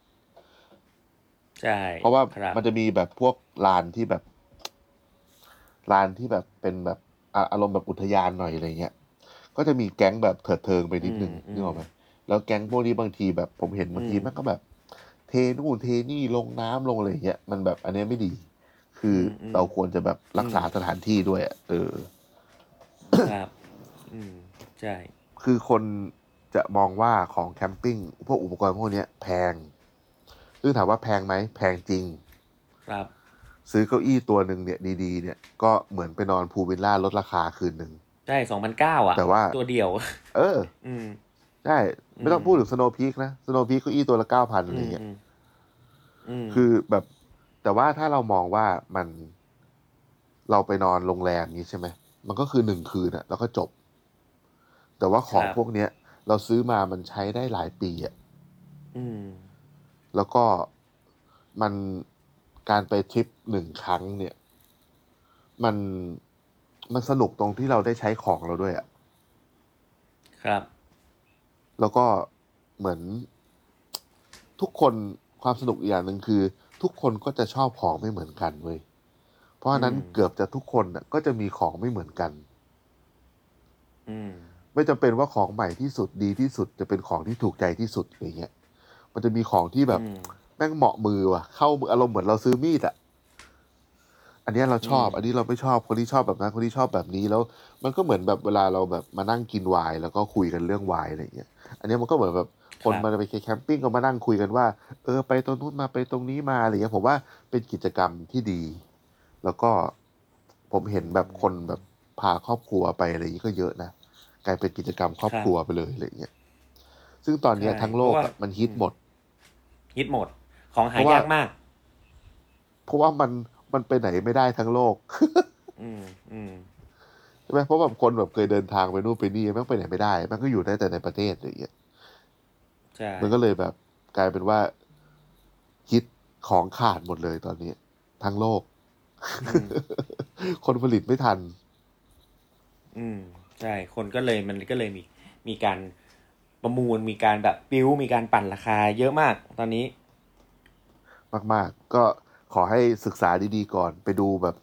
ใช่
เพราะว่า
คบ
มันจะมีแบบพวกลานที่แบบลานที่แบบเป็นแบบอ่ะอารมณ์แบบอุทยานหน่อยอะไรเงี้ย ก็จะมีแก๊งแบบเถิดเทิงไปนิดนึง
อืม
นึกออกไหมแล้วแก๊งพวกนี้บางทีแบบผมเห็นบางที
อืม
มันก็แบบ เทนู่นเทนี่ลงน้ำลงอะไรเงี้ยมันแบบอันเนี้ยไม่ดี คืออเราควรจะแบบรักษาสถานที่ด้วยอะเออ
ครับ อืมใช่
คือคนจะมองว่าของแคมปิ้งพวกอุปกรณ์พวกเนี้ยแพงซึ่งถามว่าแพงไหมแพงจริง
ครับ
ซื้อเก้าอี้ตัวหนึ่งเนี่ยดีๆ เนี่ยก็เหมือนไปนอนพูลวิลล่าลดราคาคืนหนึ่ง
ใช่สองพันเก้าอ่ะ
แต่ว่า
ตัวเดียว
เออ
อืม
ได้ ไม่ต้อง
อืม
พูดถึงสโน w p พี k นะสโน w p พี k เก้าอี้ตัวละเก้าพันอะไรเงี้ย
อืมอืม
คือแบบ แต่ว่าถ้าเรามองว่ามันเราไปนอนโรงแรมนี้ใช่ไหม มันก็คือหนึ่งคืนอะแล้วก็จบ แต่ว่าของพวกเนี้ย เราซื้อมามันใช้ได้หลายปีอะ
อืม
แล้วก็มันการไปทริปหนึ่งครั้งเนี่ย มันมันสนุกตรงที่เราได้ใช้ของเราด้วยอะ
ครับ
แล้วก็เหมือนทุกคนความสนุกอีกอย่างหนึ่งคือ ทุกคนก็จะชอบของไม่เหมือนกันเว้ยเพราะฉะนั้น
อืม
เกือบจะทุกคนน่ะก็จะมีของไม่เหมือนกัน
อืม
ไม่จำเป็นว่าของใหม่ที่สุดดีที่สุดจะเป็นของที่ถูกใจที่สุดอะไรเงี้ยมันจะมีของที่แบบ
อืม
แม่งเหมาะมือว่ะ เข้ามืออารมณ์เหมือนเราซื้อมีดอะอันเนี้ยเราชอบ
อืม
อันนี้เราไม่ชอบ คนที่ชอบแบบนั้น คนที่ชอบแบบนี้แล้ว มันก็เหมือนแบบเวลาเราแบบมานั่งกินไวน์แล้วก็คุยกันเรื่องไวน์อะไรอย่างเงี้ย อันเนี้ยมันก็เหมือนแบบคนมาไปแคมปิ้งก็มานั่งคุยกันว่า เออ ไปตรงนู้นมาไปตรงนี้มาอะไรอย่างเงี้ยผมว่าเป็นกิจกรรมที่ดี แล้วก็ผมเห็นแบบคนแบบพาครอบครัวไปอะไรอย่างเงี้ยก็เยอะนะกลายเป็นกิจกรรมครอบครัวไปเลยอะไรอย่างเงี้ยซึ่งตอนเนี้ย
ใช่
ทั้งโลกอะ
เพราะว่ามั
มันฮิตหมด
ฮิตหมด ของหา
เพราะว่า
ยากมาก
เพราะว่ามันมันไปไหนไม่ได้ทั้งโลก
อืม อืม
ใช่ไหมเพราะแบบคนแบบเคยเดินทางไปนู่นไปนี่แม่งไปไหนไม่ได้แม่งก็อยู่ได้แต่ในประเทศอะไรอย่างเงี้ย
ใช่
มันก็เลยแบบกลายเป็นว่าฮิตของขาดหมดเลยตอนนี้ ทั้งโลก
อืม
คนผลิตไม่ทัน
อืมใช่คนก็เลยมันก็เลยมีมีการประมูลมีการแบบปิ้วมีการปั่นราคาเยอะมากตอนนี้
มาก ๆ ก็ขอให้ศึกษาดีๆก่อน ไปดูแบบ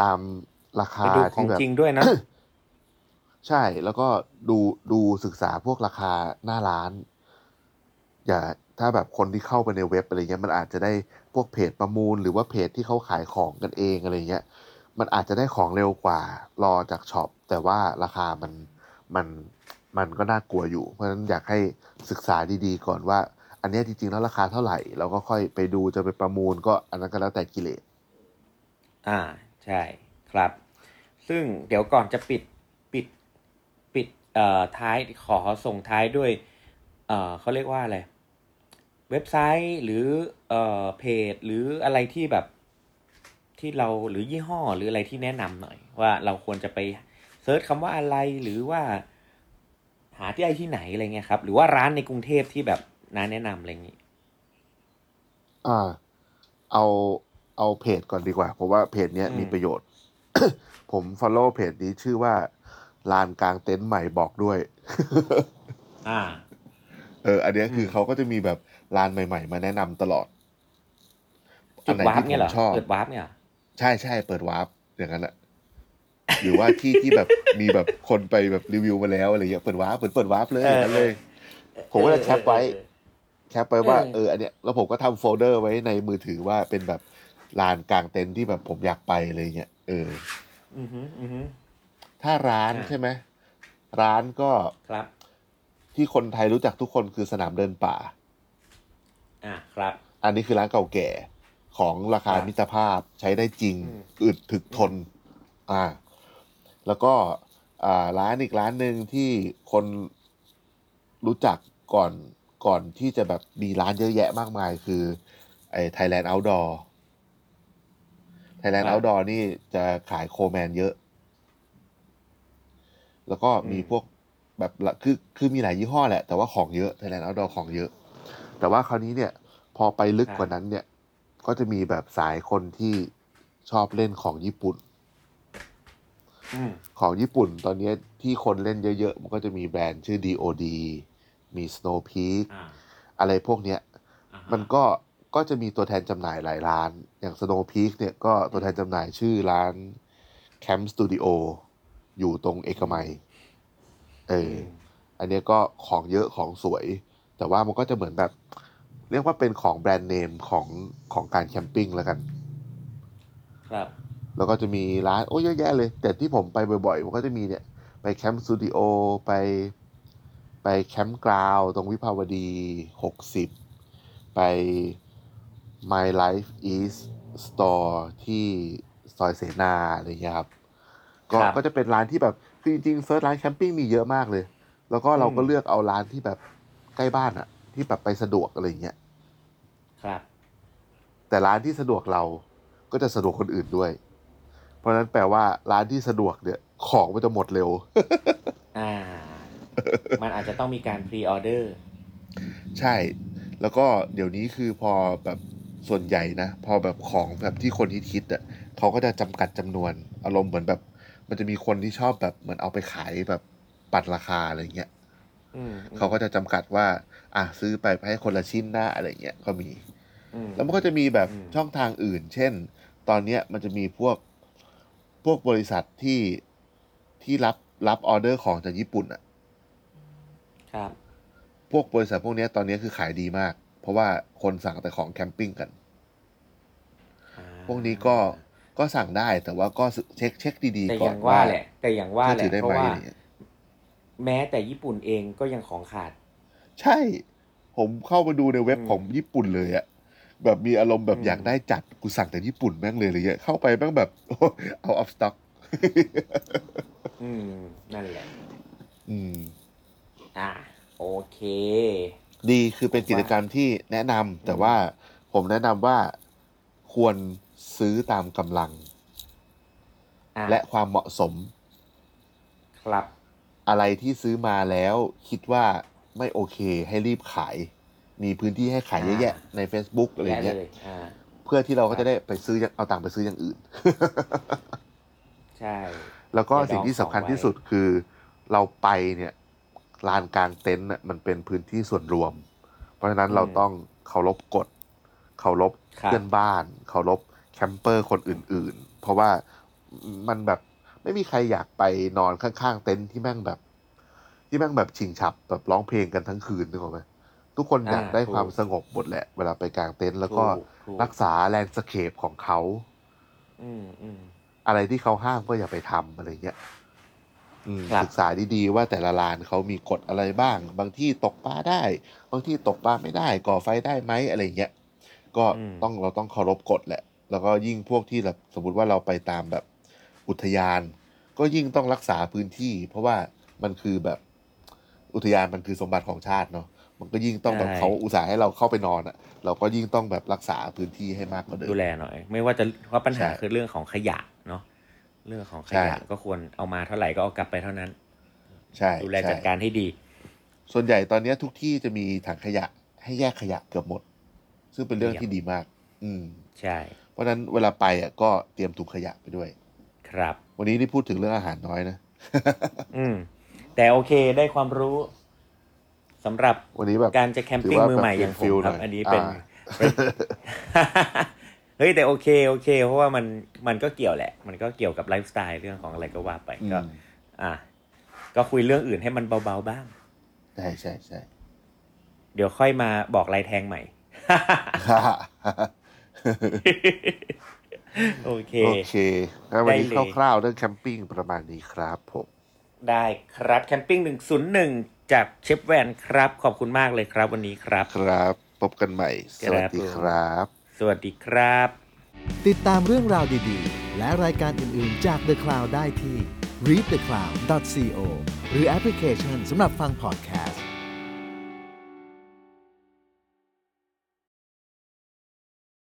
ตามราคา
ไปดูขอ
ที่
ง
แบบ
จริงด้วยนะ
ใช่แล้วก็ดูดูศึกษาพวกราคาหน้าร้าน อย่าถ้าแบบคนที่เข้าไปในเว็บอะไรเงี้ยมันอาจจะได้พวกเพจประมูล หรือว่าเพจที่เขาขายของกันเองอะไรเงี้ย มันอาจจะได้ของเร็วกว่ารอจากช็อปแต่ว่าราคามันมันมันก็น่ากลัวอยู่ เพราะฉะนั้นอยากให้ศึกษาดีๆก่อนว่า อันเนี้ยจริงๆแล้วราคาเท่าไหร่แล้วก็ค่อยไปดูจะไปประมูล ก็อันนั้นก็แล้วแต่กิเลส
อ่าใช่ครับ ซึ่งเดี๋ยวก่อนจะปิดปิดปิดเอ่อท้ายขอส่งท้ายด้วย เอ่อเขาเรียกว่าอะไร เว็บไซต์หรือเอ่อเพจ หรืออะไรที่แบบที่เราหรือยี่ห้อหรืออะไรที่แนะนำหน่อย ว่าเราควรจะไปเซิร์ชคำว่าอะไรหรือว่า หาที่ไอที่ไหนอะไรเงี้ยครับ หรือว่าร้านในกรุงเทพที่แบบน้าแนะนำอะไรอย่างงี้
อ่า เอาเอาเพจก่อนดีกว่า เพราะว่าเพจเนี้ย
อืม
มีประโยชน์ ผม follow เพจนี้ชื่อว่า ลานกลางเต็นท์ใหม่บอกด้วย
อ่า
เออ อันเนี้ยคือ
ม
อเขาก็จะมีแบบลานใหม่ ๆ มาแนะนำตลอด
จุ
อัน
ด
ไหน
วาร์ป
ที่
เนี่ย
ผ
เหร
ม
อ
ชอบ
เปิดวาร์ปเนี่ยเหรอ
ใช่ใช่เปิดวาร์ปอย่างนั้นแหละ หรือว่า ที่ที่แบบมีแบบคนไปแบบรีวิวมาแล้วอะไรเงี้ยเปิดวาร์ปเปิดเปิดวาร์ปเลยอย่างนั้นเลย ผมก็จะแคปไว้
เออ
แคปไปว่า
เออ
เอออันเนี้ยแล้วผมก็ทำโฟลเดอร์ไว้ในมือถือว่าเป็นแบบลานกลางเต็นท์ที่แบบผมอยากไปอะไรเงี้ยเออ
อือฮึอือฮึ
ถ้าร้าน
อ่า
ใช่ไหมร้านก็
ครับ
ที่คนไทยรู้จักทุกคนคือสนามเดินป่า
อ่ะครับ
อันนี้คือร้านเก่าแก่ของราคา
ครับ
มิตรภาพใช้ได้จริง
อืม
อึดถึกทน อ่า แล้วก็อ่าร้านอีกร้านหนึ่งที่คนรู้จักก่อนก่อนที่จะแบบมีร้านเยอะแยะมากมาย คือไอ้ Thailand Outdoor Thailand
ครับ
Outdoor นี่จะขายโคแมนเยอะ แล้วก็มี
อืม
พวกแบบละคือคือมีหลายยี่ห้อแหละ แต่ว่าของเยอะ Thailand Outdoor ของเยอะ แต่ว่าคราวนี้เนี่ย พอไปลึก
ครับ
กว่านั้นเนี่ย ก็จะมีแบบสายคนที่ชอบเล่นของญี่ปุ่น
อืม
ของญี่ปุ่นตอนเนี้ยที่คนเล่นเยอะๆ มันก็จะมีแบรนด์ชื่อ DOD มี Snow Peak
อ่า
อะไรพวกเนี้ย
อ่าฮะ
มันก็ก็จะมีตัวแทนจำหน่ายหลายร้าน อย่าง Snow Peak เนี่ยก็ตัวแทนจำหน่ายชื่อร้าน Camp Studio อยู่ตรงเอกมัย เออ
ม
อันเนี้ยก็ของเยอะของสวย แต่ว่ามันก็จะเหมือนแบบ เรียกว่าเป็นของแบรนด์เนมของของการแคมปิ้งแล้วกัน
ครับ
แล้วก็จะมีร้านโอ้เยอะแยะเลย แต่ที่ผมไปบ่อยๆ มันก็จะมีเนี่ย ไปแคมป์สตูดิโอไป ไปแคมป์กราวตรงวิภาวดี 60 ไป My Life East Store ที่ซอยเสนาอะไรเงี้ยครับ ก็
ครับ
ก็จะเป็นร้านที่แบบ คือจริงๆเซิร์ชร้านแคมปิ้งมีเยอะมากเลย แล้วก็เราก็
อืม
เลือกเอาร้านที่แบบใกล้บ้านอะที่แบบไปสะดวกอะไรเงี้ย
ครับ
แต่ร้านที่สะดวกเราก็จะสะดวกคนอื่นด้วย เพราะฉะนั้นแปลว่าร้านที่สะดวกเนี่ยของมันจะหมดเร็ว
อ่า มันอาจจะต้องมีการพรีออเดอร์
ใช่ แล้วก็เดี๋ยวนี้คือพอแบบส่วนใหญ่นะ พอแบบของแบบที่คนฮิตฮิตๆอ่ะเขาก็จะจำกัดจำนวน อารมณ์เหมือนแบบ มันจะมีคนที่ชอบแบบเหมือนเอาไปขายแบบปัดราคาอะไรเงี้ย
อืมอืม
เขาก็จะจำกัดว่า อ่ะซื้อไปให้คนละชิ้นหน้าอะไรเงี้ยก็มี
อืม
แล้วมันก็จะมีแบบ
อืม
ช่องทางอื่น เช่น ตอนเนี้ยมันจะมีพวกพวกบริษัทที่ที่รับรับออเดอร์ของจากญี่ปุ่นอะ
ครับ
พวกบริษัทพวกเนี้ยตอนเนี้ยคือขายดีมาก เพราะว่าคนสั่งแต่ของแคมปิ้งกัน
อ่า
พวกนี้ก็ก็สั่งได้แต่ว่าก็เช็คเช็คดี
แต่
ๆ
อ
ก่อน
ย่างว่าแหละ แต่อย่างว่าแหละ
เชื่อถือได้ไหม
เพราะว่า
อะไรเงี้ย
แม้แต่ญี่ปุ่นเองก็ยังของขาด
ใช่ ผมเข้ามาดูในเว็บ
อืม
ของญี่ปุ่นเลยอะแบบมีอารมณ์แบบ
อืม
อยากได้จัดกูสั่งจากญี่ปุ่นแม่งเลยอะไรเงี้ยเข้าไปแม่งแบบ โอ้โหเอาออฟสต็อก
อืม นั่นแหละ
อืม
อ่า โอเค
ดีคือเป็นกิจกรรมที่แนะนำแต่ว่าผมแนะนำว่าควรซื้อตามกำลัง
อ่า
และความเหมาะสม
ครับ
อะไรที่ซื้อมาแล้วคิดว่าไม่โอเคให้รีบขาย มีพื้นที่ให้ขายเยอะแยะใน Facebook อะไรอ
และ
ย่าง
เล
เงี้ย
ย อ่า
เพื่อที่เราก็จะได้ไปซื้ออย่างเอาต่างค์ไปซื้ออย่างอื่น
ใช่
แล้วก็
ไปดอง
สิ่งที่สำคัญ
ของไว้
ที่สุดคือเราไปเนี่ยลานกลางเต็นท์น่ะมันเป็นพื้นที่ส่วนรวม เพราะฉะนั้นเราต้องเคารพกฎเคารพเพื่อนบ้านเคารพแคมเปอร์คนอื่น ๆ เพราะว่ามันแบบไม่มีใครอยากไปนอนข้างๆเต็นท์ที่แม่งแบบ ที่แม่งแบบชิงฉับแบบร้องเพลงกันทั้งคืนนึกออกไหมทุกคนอยากได้ความสงบหมดแหละเวลาไปกลางเต็นท์แล้วก็
ถูถู
รักษาแลนด์สเคปของเขา
อืมอืม
อะไรที่เขาห้ามก็อย่าไปทำอะไรเงี้ยอืม
ครับ
ศึกษาดีๆว่าแต่ละร้านเขามีกฎอะไรบ้าง บางที่ตกปลาได้ บางที่ตกปลาไม่ได้ ก่อไฟได้ไหมอะไรเงี้ย ก็ต้องเราต้องเคารพกฎแหละ แล้วก็ยิ่งพวกที่แบบสมมติว่าเราไปตามแบบอุทยาน ก็ยิ่งต้องรักษาพื้นที่ เพราะว่ามันคือแบบอุทยานมันคือสมบัติของชาติเนาะ มันก็ยิ่งต้องแบบ
ใช่
เขาอุตส่าห์ให้เราเข้าไปนอนอะ่ะ เราก็ยิ่งต้องแบบรักษาพื้นที่ให้มากกว่าเดิ
ดู
ม
แลหน่อย ไม่ว่าจะว่าปัญหา
ใช่
คือเรื่องของขยะเนาะเรื่องของขยะ
ใช่
ก็ควรเอามาเท่าไหร่ก็เอากลับไปเท่านั้น
ใช่
ดูแล
ใช่
จัดการให้ดี
ส่วนใหญ่ตอนเนี้ยทุกที่จะมีถังขยะให้แยกขยะเกือบหมด ซึ่งเป็นเรื่อง
เยี่ยม
ที่ดีมาก อืม
ใช่
เพราะฉะนั้นเวลาไปอ่ะก็เตรียมถุงขยะไปด้วย
ครับ
วันนี้นี่พูดถึงเรื่องอาหารน้อยนะ
อืม แต่โอเคได้ความรู้สำหรับ
วันนี้แบบ
การจะแคมปิ้งมือใหม่อย่างผ
ถื
ม
อว่าแบ
ครับ
บฟิลๆหน่อย
อันนี้เป็น
อ่า
เป็น เฮ้ย แต่โอเคโอเค เพราะว่ามันมันก็เกี่ยวแหละ มันก็เกี่ยวกับไลฟ์สไตล์เรื่องของอะไรก็ว่าไป
อืม
ก็ อ่ะก็คุยเรื่องอื่นให้มันเบาๆบ้าง
ใช่ใช่ใช่
เดี๋ยวค่อยมาบอกลายแทงใหม่ โอเค
โอเคงั้นวันนี้
ได้เลย
คร่าวๆเรื่องแคมปิ้งประมาณนี้ครับผม
ได้ครับแคมปิ้ง101 จากเชฟแวนครับ ขอบคุณมากเลยครับวันนี้ครับ
ครับพบกันใหม่ สวัสดี
ค
ค
รั
รับ บ
สวัสดีครับ
ติดตามเรื่องราวดีๆ และรายการอื่น ๆ จาก The Cloud ได้ที่ readthecloud.co หรือแอปพลิเคชันสำหรับฟัง podcast